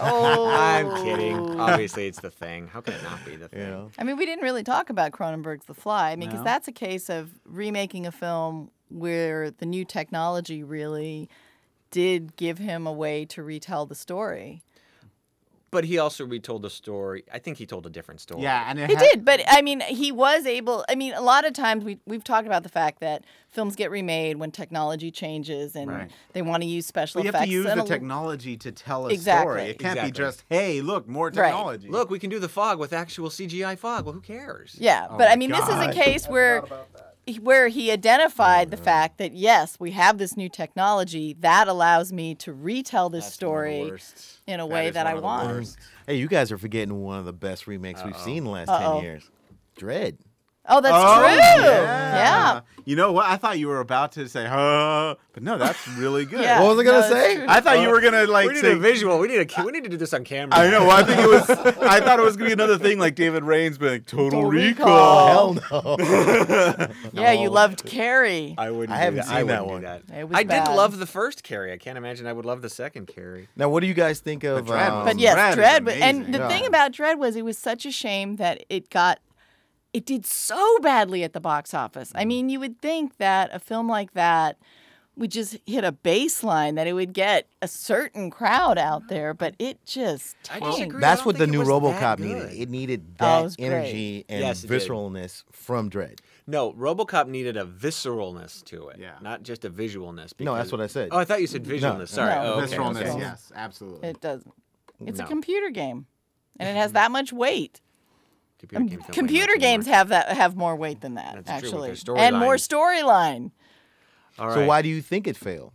[SPEAKER 4] Oh,
[SPEAKER 5] I'm kidding. Obviously, it's the thing. How could it not be the thing?
[SPEAKER 3] You know,
[SPEAKER 4] I mean, we didn't really talk about Cronenberg's The Fly. I mean, because
[SPEAKER 6] No.
[SPEAKER 4] that's a case of remaking a film where the new technology really did give him a way to retell the story.
[SPEAKER 5] But he also retold the story. I think he told a different story.
[SPEAKER 6] Yeah, and it
[SPEAKER 4] He
[SPEAKER 6] ha-
[SPEAKER 4] did, but I mean, he was able. I mean, a lot of times we we've talked about the fact that films get remade when technology changes and
[SPEAKER 6] Right.
[SPEAKER 4] they want to use special
[SPEAKER 6] But you
[SPEAKER 4] effects.
[SPEAKER 6] have to use
[SPEAKER 4] and
[SPEAKER 6] the
[SPEAKER 4] a-
[SPEAKER 6] technology to tell a
[SPEAKER 4] Exactly.
[SPEAKER 6] story. It can't
[SPEAKER 5] Exactly.
[SPEAKER 6] be just hey, look, more
[SPEAKER 4] Right.
[SPEAKER 6] technology.
[SPEAKER 5] Look, we can do the fog with actual CGI fog. Well, who cares?
[SPEAKER 4] Yeah, but
[SPEAKER 6] Oh
[SPEAKER 4] I
[SPEAKER 6] my
[SPEAKER 4] mean, this is a
[SPEAKER 6] God. Mm-hmm.
[SPEAKER 4] case where he- where he identified the fact that yes, we have this new technology that allows me to retell this story in a way that I want.
[SPEAKER 3] hey, you guys are forgetting one of the best remakes we've seen in the last
[SPEAKER 4] Uh-oh.
[SPEAKER 3] ten years. Dread.
[SPEAKER 4] Oh, that's
[SPEAKER 6] Oh,
[SPEAKER 4] true.
[SPEAKER 6] yeah.
[SPEAKER 4] Yeah.
[SPEAKER 6] You know what? I thought you were about to say, huh, but no, that's really good.
[SPEAKER 4] Yeah.
[SPEAKER 3] What was I
[SPEAKER 4] No,
[SPEAKER 3] gonna
[SPEAKER 4] it's
[SPEAKER 3] say?
[SPEAKER 4] true.
[SPEAKER 6] I thought you were gonna like
[SPEAKER 5] we need
[SPEAKER 6] say,
[SPEAKER 5] a visual. We need a. ca- We need to do this on camera.
[SPEAKER 6] I know. I think it was. I thought it was gonna be another thing like David Raines being like, Total,
[SPEAKER 4] Total
[SPEAKER 6] Recall.
[SPEAKER 4] Recall.
[SPEAKER 3] Hell no.
[SPEAKER 4] Yeah, you loved Carrie.
[SPEAKER 5] I wouldn't.
[SPEAKER 3] I
[SPEAKER 5] do
[SPEAKER 3] haven't
[SPEAKER 5] that.
[SPEAKER 3] seen that
[SPEAKER 5] wouldn't do
[SPEAKER 3] one.
[SPEAKER 5] that.
[SPEAKER 4] It was
[SPEAKER 5] I
[SPEAKER 4] bad.
[SPEAKER 5] did love the first carry. I can't imagine I would love the second carry.
[SPEAKER 3] now, what do you guys think of? um,
[SPEAKER 6] Dread was-
[SPEAKER 4] but
[SPEAKER 6] Dread
[SPEAKER 4] yes, Dread.
[SPEAKER 6] is
[SPEAKER 4] wa- and
[SPEAKER 6] amazing.
[SPEAKER 4] the
[SPEAKER 3] Yeah.
[SPEAKER 4] thing about Dread was it was such a shame that it got, it did so badly at the box office.
[SPEAKER 5] Mm.
[SPEAKER 4] I mean, you would think that a film like that would just hit a baseline that it would get a certain crowd out there, but it just
[SPEAKER 5] I
[SPEAKER 4] tanked.
[SPEAKER 5] disagree. I
[SPEAKER 3] that's
[SPEAKER 5] don't
[SPEAKER 3] what the
[SPEAKER 5] think it
[SPEAKER 3] new
[SPEAKER 5] was that
[SPEAKER 3] RoboCop
[SPEAKER 5] good.
[SPEAKER 3] needed. It needed
[SPEAKER 4] Oh, it
[SPEAKER 3] that
[SPEAKER 4] was great.
[SPEAKER 3] energy and
[SPEAKER 5] Yes, it did.
[SPEAKER 3] visceralness from Dread.
[SPEAKER 5] No, RoboCop needed a visceralness to it.
[SPEAKER 6] Yeah.
[SPEAKER 5] Not just a visualness.
[SPEAKER 3] No, that's
[SPEAKER 5] because-
[SPEAKER 3] what I said.
[SPEAKER 5] Oh, I thought you said visualness. Sorry.
[SPEAKER 4] No.
[SPEAKER 5] Oh, okay,
[SPEAKER 6] Visceralness,
[SPEAKER 5] okay.
[SPEAKER 6] yes, absolutely.
[SPEAKER 4] It doesn't. It's
[SPEAKER 5] No. Mm-hmm.
[SPEAKER 4] a computer game, and it has that much weight.
[SPEAKER 5] Computer games. don't weigh
[SPEAKER 4] computer
[SPEAKER 5] much
[SPEAKER 4] games
[SPEAKER 5] anymore.
[SPEAKER 4] have that have more weight than that,
[SPEAKER 5] That's true,
[SPEAKER 4] actually,
[SPEAKER 5] with their
[SPEAKER 4] and more storyline.
[SPEAKER 5] All right.
[SPEAKER 3] So why do you think it failed?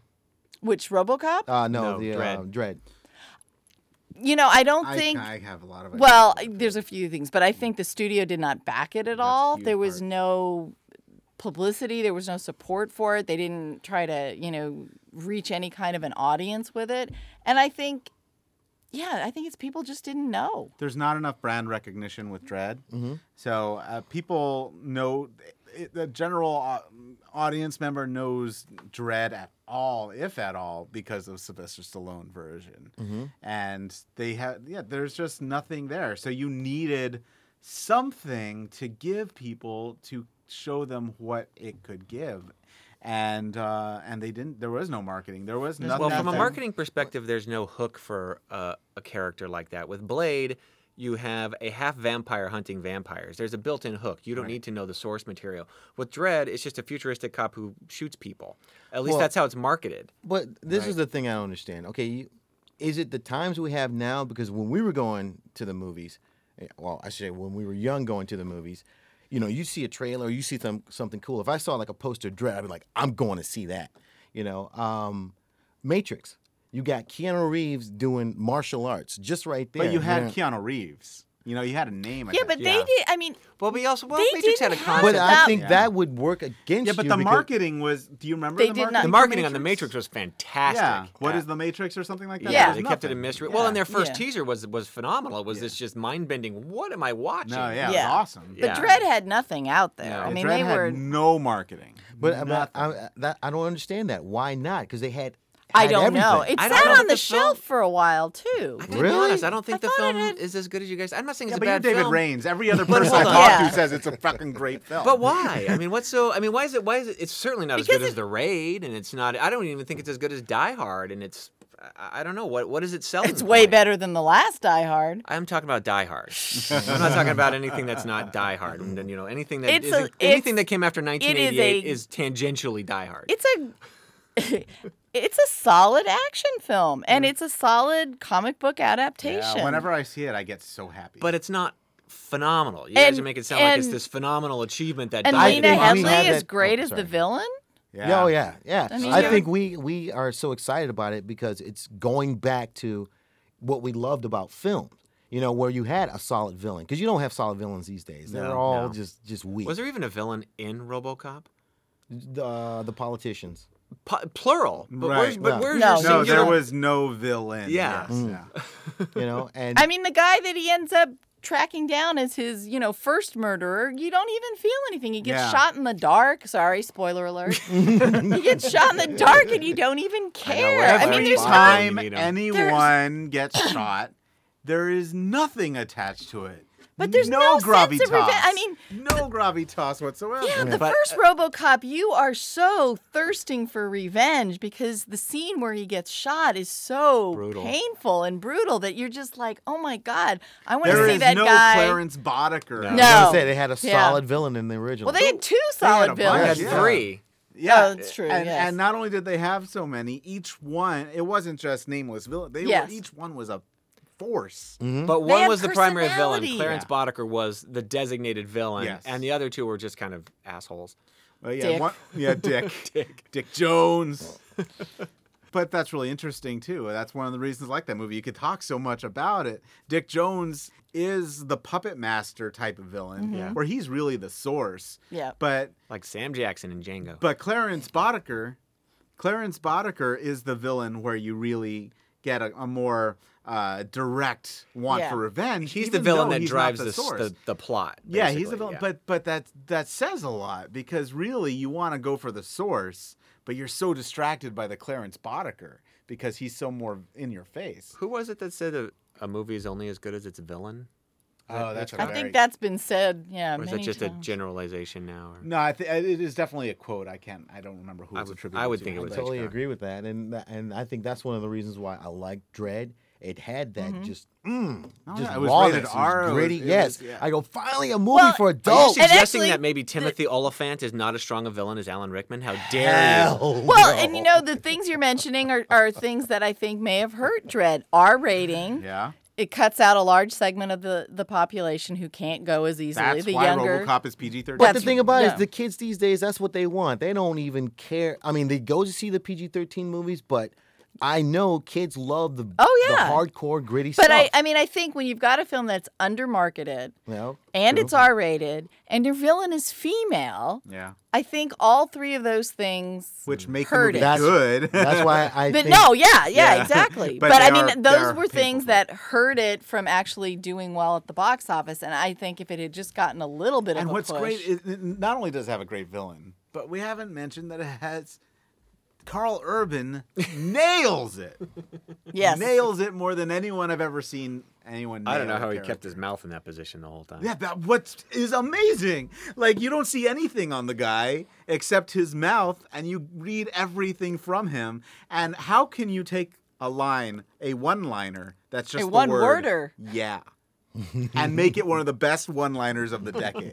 [SPEAKER 4] Which RoboCop?
[SPEAKER 3] Uh, no,
[SPEAKER 5] No,
[SPEAKER 3] the
[SPEAKER 5] Dread.
[SPEAKER 3] Dread. Um, Dread.
[SPEAKER 4] you know, I don't
[SPEAKER 6] I,
[SPEAKER 4] think.
[SPEAKER 6] I have a lot of.
[SPEAKER 4] Well, there's a few things, but I think the studio did not back it at all. There was no publicity, there was no support for it. They didn't try to, you know, reach any kind of an audience with it. And I think yeah, I think it's people just didn't know.
[SPEAKER 6] there's not enough brand recognition with Dread, so uh, people know it, the general au- audience member knows Dread at all, if at all, because of Sylvester Stallone version, and they had yeah, there's just nothing there, so you needed something to give people to show them what it could give, and uh, and they didn't. There was no marketing. There was nothing.
[SPEAKER 5] Well, from a
[SPEAKER 6] nothing.
[SPEAKER 5] marketing perspective, there's no hook for uh, a character like that. With Blade, you have a half vampire hunting vampires. There's a built-in hook. You don't need to know the source material. With Dread, it's just a futuristic cop who shoots people. At least
[SPEAKER 3] Well-
[SPEAKER 5] that's how it's marketed.
[SPEAKER 3] But this is the thing I don't understand. Okay, you, is it the times we have now? Because when we were going to the movies, eh, well, I should say when we were young going to the movies, you know, you see a trailer, you see some something cool. If I saw like a poster of Dread, I'd be like, I'm going to see that. You know, um, Matrix. You got Keanu Reeves doing martial arts just right there.
[SPEAKER 6] But you had
[SPEAKER 3] know.
[SPEAKER 6] Keanu Reeves. You know, you had a name.
[SPEAKER 4] Yeah, but they did. I mean,
[SPEAKER 5] Well, we also well,
[SPEAKER 4] They
[SPEAKER 5] Matrix had
[SPEAKER 4] didn't
[SPEAKER 5] a
[SPEAKER 4] have
[SPEAKER 5] concept.
[SPEAKER 3] But I
[SPEAKER 4] That-
[SPEAKER 3] think that would work against
[SPEAKER 6] Yeah, but
[SPEAKER 3] you
[SPEAKER 6] the
[SPEAKER 3] because-
[SPEAKER 6] marketing was. Do you remember
[SPEAKER 4] They
[SPEAKER 6] the
[SPEAKER 4] did not-
[SPEAKER 6] marketing?
[SPEAKER 5] the
[SPEAKER 4] The
[SPEAKER 5] marketing on the Matrix was fantastic.
[SPEAKER 6] Yeah. What
[SPEAKER 5] Yeah.
[SPEAKER 6] is the Matrix or something like that?
[SPEAKER 5] Yeah,
[SPEAKER 4] Yeah.
[SPEAKER 6] There
[SPEAKER 5] they
[SPEAKER 6] was
[SPEAKER 5] kept it a
[SPEAKER 6] nothing.
[SPEAKER 5] mystery. Well, and their first
[SPEAKER 4] Yeah.
[SPEAKER 5] teaser was was phenomenal. It was this just mind bending? What am I watching?
[SPEAKER 6] No, yeah, it was
[SPEAKER 4] Yeah.
[SPEAKER 6] awesome.
[SPEAKER 4] but
[SPEAKER 5] Yeah.
[SPEAKER 4] Dread had nothing out there.
[SPEAKER 5] No.
[SPEAKER 4] I
[SPEAKER 5] Yeah,
[SPEAKER 4] mean,
[SPEAKER 6] Dredd
[SPEAKER 4] they
[SPEAKER 6] had
[SPEAKER 4] were.
[SPEAKER 6] no marketing.
[SPEAKER 3] But I'm not-
[SPEAKER 6] Nothing.
[SPEAKER 3] I, that, I don't understand that. Why not? Because they had.
[SPEAKER 4] I
[SPEAKER 3] had
[SPEAKER 4] don't know.
[SPEAKER 3] everything.
[SPEAKER 4] It
[SPEAKER 5] I don't
[SPEAKER 4] sat
[SPEAKER 5] know
[SPEAKER 4] on
[SPEAKER 5] if
[SPEAKER 4] the,
[SPEAKER 5] the film-
[SPEAKER 4] shelf for a while too.
[SPEAKER 5] I gotta be
[SPEAKER 3] Really?
[SPEAKER 5] honest, I don't think the
[SPEAKER 4] thought it
[SPEAKER 5] film
[SPEAKER 4] had-
[SPEAKER 5] is as good as you guys. I'm not saying it's
[SPEAKER 6] yeah,
[SPEAKER 5] a
[SPEAKER 6] but you're
[SPEAKER 5] bad
[SPEAKER 6] David
[SPEAKER 5] film.
[SPEAKER 6] Raines. Every other
[SPEAKER 5] But
[SPEAKER 6] person I
[SPEAKER 5] hold on.
[SPEAKER 6] talk
[SPEAKER 4] Yeah.
[SPEAKER 6] to says it's a fucking great
[SPEAKER 4] Oh.
[SPEAKER 6] film.
[SPEAKER 5] But why? I mean, what's so? I mean, why is it? Why is it? It's certainly not as
[SPEAKER 4] Because
[SPEAKER 5] good as
[SPEAKER 4] it-
[SPEAKER 5] The Raid, and it's not. I don't even think it's as good as Die Hard, and it's. I, I don't know what. What is it selling?
[SPEAKER 4] It's way
[SPEAKER 5] point?
[SPEAKER 4] better than the last Die Hard.
[SPEAKER 5] I'm talking about Die Hard. I'm not talking about anything that's not Die Hard, and then you know anything that
[SPEAKER 4] It's a-
[SPEAKER 5] isn't-
[SPEAKER 4] it's-
[SPEAKER 5] anything that came after 1988
[SPEAKER 4] a-
[SPEAKER 5] is, tangentially Die Hard.
[SPEAKER 4] It's a. It's a solid action film, and it's a solid comic book adaptation.
[SPEAKER 6] Yeah, whenever I see it, I get so happy.
[SPEAKER 5] but it's not phenomenal. You guys
[SPEAKER 4] And-
[SPEAKER 5] are making it sound like it's
[SPEAKER 4] and-
[SPEAKER 5] this phenomenal achievement that
[SPEAKER 4] and
[SPEAKER 5] Die
[SPEAKER 3] I
[SPEAKER 4] Lena
[SPEAKER 3] think we
[SPEAKER 4] Headey
[SPEAKER 3] had
[SPEAKER 4] is
[SPEAKER 3] that-
[SPEAKER 4] great
[SPEAKER 3] oh,
[SPEAKER 4] as the
[SPEAKER 3] sorry.
[SPEAKER 4] villain.
[SPEAKER 3] Yeah, oh yeah, yeah. I,
[SPEAKER 4] mean,
[SPEAKER 5] yeah.
[SPEAKER 3] think we we are so excited about it because it's going back to what we loved about film. You know, where you had a solid villain because you don't have solid villains these days. They're
[SPEAKER 5] No,
[SPEAKER 3] all
[SPEAKER 5] no.
[SPEAKER 3] just just weak.
[SPEAKER 5] Was there even a villain in RoboCop?
[SPEAKER 3] the, uh, the politicians?
[SPEAKER 5] Pu- plural. But
[SPEAKER 6] Right,
[SPEAKER 5] where's, but
[SPEAKER 3] yeah.
[SPEAKER 5] where's
[SPEAKER 4] No. No,
[SPEAKER 5] your
[SPEAKER 6] no,
[SPEAKER 5] singular-
[SPEAKER 6] there was no villain.
[SPEAKER 5] Yeah.
[SPEAKER 6] Yes,
[SPEAKER 3] Mm.
[SPEAKER 6] yeah.
[SPEAKER 3] You know, and
[SPEAKER 4] I mean, the guy that he ends up tracking down as his, you know, first murderer, you don't even feel anything. He gets
[SPEAKER 6] Yeah.
[SPEAKER 4] shot in the dark. Sorry, spoiler alert. he gets shot in the dark and you don't even care. I,
[SPEAKER 5] whatever.
[SPEAKER 4] mean,
[SPEAKER 6] Every
[SPEAKER 4] there's no.
[SPEAKER 5] Fine.
[SPEAKER 6] time
[SPEAKER 5] You need 'em.
[SPEAKER 6] anyone gets shot, there is nothing attached to it.
[SPEAKER 4] But there's
[SPEAKER 6] no,
[SPEAKER 4] no sense of
[SPEAKER 6] gravitas.
[SPEAKER 4] revenge- I mean,
[SPEAKER 6] no gravitas whatsoever.
[SPEAKER 4] Yeah, the
[SPEAKER 5] But-
[SPEAKER 4] first
[SPEAKER 6] uh,
[SPEAKER 4] RoboCop, you are so thirsting for revenge because the scene where he gets shot is so
[SPEAKER 5] Brutal.
[SPEAKER 4] painful and brutal that you're just like, oh my god, I want to
[SPEAKER 6] There
[SPEAKER 4] see
[SPEAKER 6] is
[SPEAKER 4] that
[SPEAKER 6] no
[SPEAKER 4] guy.
[SPEAKER 6] Clarence Boddicker.
[SPEAKER 5] No.
[SPEAKER 3] like I
[SPEAKER 4] no.
[SPEAKER 3] said, they had a
[SPEAKER 4] Yeah.
[SPEAKER 3] solid villain in the original.
[SPEAKER 4] Well, they had two
[SPEAKER 6] had a
[SPEAKER 4] solid
[SPEAKER 5] I
[SPEAKER 6] bunch,
[SPEAKER 5] had
[SPEAKER 4] villains.
[SPEAKER 6] yeah.
[SPEAKER 5] three.
[SPEAKER 6] Yeah,
[SPEAKER 4] Oh, that's true,
[SPEAKER 6] And,
[SPEAKER 4] yes.
[SPEAKER 6] and not only did they have so many, each one it wasn't just nameless villain. They
[SPEAKER 4] Yes.
[SPEAKER 6] were, each one was a force.
[SPEAKER 5] But one
[SPEAKER 4] had
[SPEAKER 5] was the primary villain.
[SPEAKER 4] personality.
[SPEAKER 5] Clarence
[SPEAKER 6] Yeah.
[SPEAKER 5] Boddicker was the designated villain,
[SPEAKER 6] Yes.
[SPEAKER 5] and the other two were just kind of assholes.
[SPEAKER 6] Well, Uh, yeah,
[SPEAKER 4] Dick.
[SPEAKER 6] One, yeah, Dick. Dick. Dick Jones. but that's really interesting too. That's one of the reasons I like that movie. You could talk so much about it. Dick Jones is the puppet master type of villain,
[SPEAKER 4] Mm-hmm.
[SPEAKER 6] where he's really the source.
[SPEAKER 4] Yeah.
[SPEAKER 6] But
[SPEAKER 5] Like Sam Jackson and Django.
[SPEAKER 6] but Clarence Boddicker, Clarence Boddicker is the villain where you really get a, a more uh, direct want
[SPEAKER 4] Yeah.
[SPEAKER 6] for revenge.
[SPEAKER 5] he's the
[SPEAKER 6] even
[SPEAKER 5] villain
[SPEAKER 6] though
[SPEAKER 5] that
[SPEAKER 6] he's not
[SPEAKER 5] drives
[SPEAKER 6] the
[SPEAKER 5] the, s-
[SPEAKER 6] source.
[SPEAKER 5] the, the plot.
[SPEAKER 6] Yeah, he's
[SPEAKER 5] basically,
[SPEAKER 6] a villain,
[SPEAKER 5] yeah.
[SPEAKER 6] but but that that says a lot because really you want to go for the source, but you're so distracted by the Clarence Boddicker because he's so more in your face.
[SPEAKER 5] who was it that said a, a movie is only as good as its villain?
[SPEAKER 6] Oh, that's
[SPEAKER 4] I think that's been said. Yeah,
[SPEAKER 5] Or is that
[SPEAKER 4] many
[SPEAKER 5] just a
[SPEAKER 4] times.
[SPEAKER 5] generalization now? Or...
[SPEAKER 6] no. I thi- it is definitely a quote. I can't. I don't remember who
[SPEAKER 5] I
[SPEAKER 6] it's
[SPEAKER 5] would-
[SPEAKER 6] attributed
[SPEAKER 5] I would
[SPEAKER 6] to,
[SPEAKER 5] think it
[SPEAKER 3] I
[SPEAKER 5] was
[SPEAKER 6] but-
[SPEAKER 3] totally
[SPEAKER 5] Hitchcock.
[SPEAKER 3] agree with that, and tha- and I think that's one of the reasons why I like Dread. It had
[SPEAKER 4] Mm-hmm.
[SPEAKER 3] that just mm,
[SPEAKER 6] Oh,
[SPEAKER 3] just
[SPEAKER 6] yeah, it was
[SPEAKER 3] rawness,
[SPEAKER 6] rated
[SPEAKER 3] it was
[SPEAKER 6] R, it was-
[SPEAKER 3] gritty.
[SPEAKER 6] it was-
[SPEAKER 3] yes,
[SPEAKER 6] yeah.
[SPEAKER 3] I go finally a movie
[SPEAKER 4] Well,
[SPEAKER 3] for
[SPEAKER 5] Are you
[SPEAKER 3] adults.
[SPEAKER 4] And
[SPEAKER 5] suggesting
[SPEAKER 4] actually,
[SPEAKER 5] that maybe Timothy Oliphant is not as strong a villain as Alan Rickman? How dare you?
[SPEAKER 3] Hell
[SPEAKER 4] Well, and
[SPEAKER 3] no.
[SPEAKER 4] you know, the things you're mentioning are, are things that I think may have hurt Dread. R rating.
[SPEAKER 6] Yeah,
[SPEAKER 4] It cuts out a large segment of the, the population who can't go as easily.
[SPEAKER 6] that's
[SPEAKER 4] the
[SPEAKER 6] why
[SPEAKER 4] younger.
[SPEAKER 6] RoboCop is PG-13.
[SPEAKER 3] But the
[SPEAKER 4] That's-
[SPEAKER 3] thing about it
[SPEAKER 4] yeah.
[SPEAKER 3] is the kids these days, that's what they want. They don't even care. I mean, they go to see the PG thirteen movies, but I know kids love the
[SPEAKER 4] Oh, yeah.
[SPEAKER 3] the hardcore gritty
[SPEAKER 4] But
[SPEAKER 3] stuff.
[SPEAKER 4] I, I mean, I think when you've got a film that's undermarketed
[SPEAKER 3] you know?
[SPEAKER 4] and
[SPEAKER 3] True.
[SPEAKER 4] it's R rated and your villain is female,
[SPEAKER 6] yeah,
[SPEAKER 4] I think all three of those things.
[SPEAKER 6] which make the
[SPEAKER 4] Heard
[SPEAKER 6] movie
[SPEAKER 4] it.
[SPEAKER 3] That's-
[SPEAKER 6] good.
[SPEAKER 3] that's why I
[SPEAKER 4] But
[SPEAKER 3] think,
[SPEAKER 4] no, yeah, yeah,
[SPEAKER 6] Yeah.
[SPEAKER 4] exactly.
[SPEAKER 6] But
[SPEAKER 4] but
[SPEAKER 6] they
[SPEAKER 4] I
[SPEAKER 6] are- they
[SPEAKER 4] mean,
[SPEAKER 6] are
[SPEAKER 4] those were
[SPEAKER 6] painful
[SPEAKER 4] things
[SPEAKER 6] for
[SPEAKER 4] that hurt it from actually doing well at the box office. And I think if it had just gotten a little bit of
[SPEAKER 6] and
[SPEAKER 4] a
[SPEAKER 6] what's
[SPEAKER 4] push,
[SPEAKER 6] great is it- not only does it have a great villain, but we haven't mentioned that it has Carl Urban nails it.
[SPEAKER 4] Yes.
[SPEAKER 6] Nails it more than anyone I've ever seen anyone.
[SPEAKER 5] I don't
[SPEAKER 6] nail
[SPEAKER 5] know
[SPEAKER 6] a
[SPEAKER 5] how he
[SPEAKER 6] character.
[SPEAKER 5] kept his mouth in that position the whole time.
[SPEAKER 6] Yeah, that what is amazing. Like you don't see anything on the guy except his mouth, and you read everything from him. And how can you take a line, a one-liner that's just the word,
[SPEAKER 4] one-worder.
[SPEAKER 6] yeah, and make it one of the best one-liners of the decade?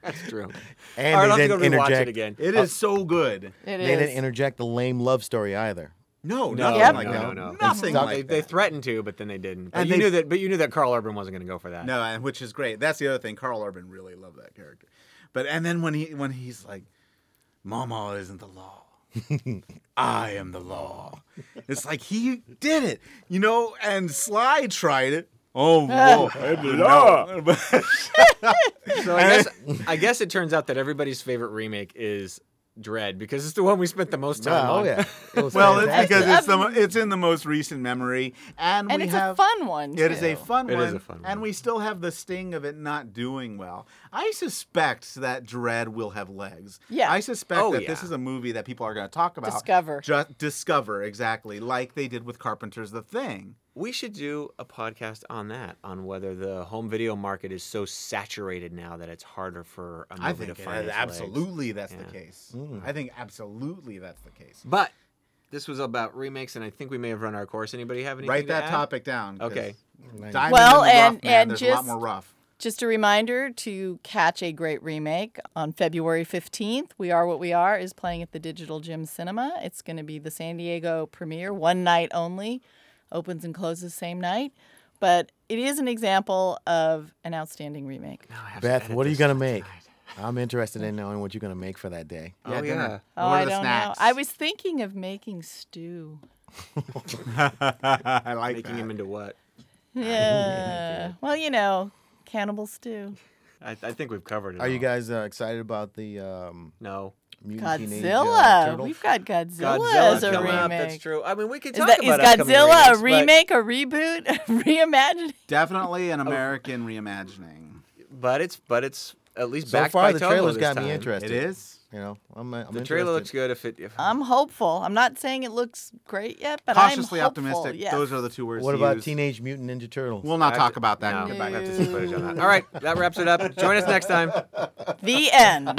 [SPEAKER 5] That's true.
[SPEAKER 3] And
[SPEAKER 5] All right, I'll
[SPEAKER 3] they
[SPEAKER 5] have to go
[SPEAKER 3] didn't
[SPEAKER 5] rewatch
[SPEAKER 3] interject.
[SPEAKER 5] it again.
[SPEAKER 6] It is so good.
[SPEAKER 4] It
[SPEAKER 3] They didn't
[SPEAKER 4] is.
[SPEAKER 3] interject the lame love story either.
[SPEAKER 6] No, nothing
[SPEAKER 5] No,
[SPEAKER 4] Yep.
[SPEAKER 6] like
[SPEAKER 5] no,
[SPEAKER 6] that.
[SPEAKER 5] no, no.
[SPEAKER 6] Nothing
[SPEAKER 3] They-
[SPEAKER 6] like
[SPEAKER 5] They,
[SPEAKER 6] that.
[SPEAKER 5] they threatened to, but then they didn't. But
[SPEAKER 6] And
[SPEAKER 5] you
[SPEAKER 6] they-
[SPEAKER 5] knew that. But you knew that Carl Urban wasn't going to go for that.
[SPEAKER 6] No, and which is great. That's the other thing. Carl Urban really loved that character. But and then when he when he's like, "Mama isn't the law. I am the law." It's like he did it, you know. And Sly tried it. Oh, whoa. No.
[SPEAKER 5] So I guess I guess it turns out that everybody's favorite remake is Dread because it's the one we spent the most
[SPEAKER 6] Oh,
[SPEAKER 5] time on.
[SPEAKER 3] Oh, It was
[SPEAKER 6] well, it's
[SPEAKER 3] fantastic.
[SPEAKER 6] because it's the mo- it's in the most recent memory, and,
[SPEAKER 4] and
[SPEAKER 6] we
[SPEAKER 4] it's
[SPEAKER 6] have
[SPEAKER 4] a fun one.
[SPEAKER 6] It is a
[SPEAKER 4] too.
[SPEAKER 6] fun
[SPEAKER 5] It
[SPEAKER 6] one.
[SPEAKER 5] is a fun
[SPEAKER 6] And
[SPEAKER 5] one.
[SPEAKER 6] we still have the sting of it not doing well. I suspect that Dread will have legs.
[SPEAKER 4] Yeah.
[SPEAKER 6] I suspect
[SPEAKER 5] Oh,
[SPEAKER 6] that this
[SPEAKER 5] yeah.
[SPEAKER 6] is a movie that people are going to talk about.
[SPEAKER 4] Discover.
[SPEAKER 6] Just discover, exactly. Like they did with Carpenter's The Thing.
[SPEAKER 5] We should do a podcast on that, on whether the home video market is so saturated now that it's harder for a movie
[SPEAKER 6] I think
[SPEAKER 5] to
[SPEAKER 6] it-
[SPEAKER 5] find its legs.
[SPEAKER 6] absolutely that's the
[SPEAKER 5] Yeah. Mm.
[SPEAKER 6] case. I think absolutely that's the case.
[SPEAKER 5] But this was about remakes, and I think we may have run our course. Anybody have anything?
[SPEAKER 6] Write
[SPEAKER 5] to
[SPEAKER 6] that
[SPEAKER 5] add?
[SPEAKER 6] topic down. 'cause
[SPEAKER 5] Okay.
[SPEAKER 6] diamonds in
[SPEAKER 4] Well,
[SPEAKER 6] the rough,
[SPEAKER 4] and-
[SPEAKER 6] man.
[SPEAKER 4] and
[SPEAKER 6] There's a lot
[SPEAKER 4] just-
[SPEAKER 6] more rough.
[SPEAKER 4] Just a reminder to catch a great remake on February 15th. We Are What We Are is playing at the Digital Gym Cinema. It's going to be the San Diego premiere, one night only, opens and closes same night. But it is an example of an outstanding remake.
[SPEAKER 5] Oh, I have to
[SPEAKER 3] Beth,
[SPEAKER 5] edit
[SPEAKER 3] what are you
[SPEAKER 5] this
[SPEAKER 3] gonna
[SPEAKER 5] out
[SPEAKER 3] make?
[SPEAKER 5] tonight.
[SPEAKER 3] I'm interested in knowing what you're gonna make for that day.
[SPEAKER 5] Oh yeah.
[SPEAKER 6] dinner.
[SPEAKER 4] Oh,
[SPEAKER 6] What are
[SPEAKER 4] I
[SPEAKER 6] the
[SPEAKER 4] don't
[SPEAKER 6] snacks?
[SPEAKER 4] know. I was thinking of making stew.
[SPEAKER 6] I like
[SPEAKER 5] Making
[SPEAKER 6] that.
[SPEAKER 5] him into what?
[SPEAKER 4] Yeah. well, you know, cannibal stew.
[SPEAKER 5] I, I think we've covered it.
[SPEAKER 3] Are you
[SPEAKER 5] all.
[SPEAKER 3] guys uh, excited about the um,
[SPEAKER 5] No.
[SPEAKER 3] Mutant Teenage, uh,
[SPEAKER 4] Godzilla.
[SPEAKER 3] Turtles?
[SPEAKER 4] We've got Godzilla,
[SPEAKER 5] Godzilla
[SPEAKER 4] as a
[SPEAKER 5] coming
[SPEAKER 4] remake.
[SPEAKER 5] up. That's true. I mean, we could
[SPEAKER 4] Is,
[SPEAKER 5] talk
[SPEAKER 4] that, is
[SPEAKER 5] about upcoming
[SPEAKER 4] Godzilla a
[SPEAKER 5] remakes, but-
[SPEAKER 4] remake, a reboot, a reimagining?
[SPEAKER 6] Definitely an American reimagining.
[SPEAKER 5] but it's but it's at least
[SPEAKER 3] So
[SPEAKER 5] backed
[SPEAKER 3] far,
[SPEAKER 5] by
[SPEAKER 3] the
[SPEAKER 5] Toho
[SPEAKER 3] trailer's
[SPEAKER 5] this
[SPEAKER 3] got me
[SPEAKER 5] time.
[SPEAKER 3] interested.
[SPEAKER 6] It is.
[SPEAKER 3] You know, I'm, I'm
[SPEAKER 5] The trailer looks
[SPEAKER 3] interested.
[SPEAKER 5] good. If it, if
[SPEAKER 4] I'm hopeful. I'm not saying it looks great yet, but
[SPEAKER 6] Cautiously
[SPEAKER 4] I'm hopeful.
[SPEAKER 6] optimistic.
[SPEAKER 4] Yes.
[SPEAKER 6] Those are the two words.
[SPEAKER 3] What
[SPEAKER 6] to
[SPEAKER 3] about
[SPEAKER 6] use.
[SPEAKER 3] Teenage Mutant Ninja Turtles?
[SPEAKER 6] We'll
[SPEAKER 5] I
[SPEAKER 6] not
[SPEAKER 5] have
[SPEAKER 6] talk
[SPEAKER 5] to-
[SPEAKER 6] about that.
[SPEAKER 5] no.
[SPEAKER 6] Get
[SPEAKER 5] I
[SPEAKER 6] back
[SPEAKER 5] have
[SPEAKER 6] up
[SPEAKER 5] to
[SPEAKER 6] to
[SPEAKER 5] see
[SPEAKER 6] sleep.
[SPEAKER 5] footage on that. All right, that wraps it up. Join us next time.
[SPEAKER 4] the end.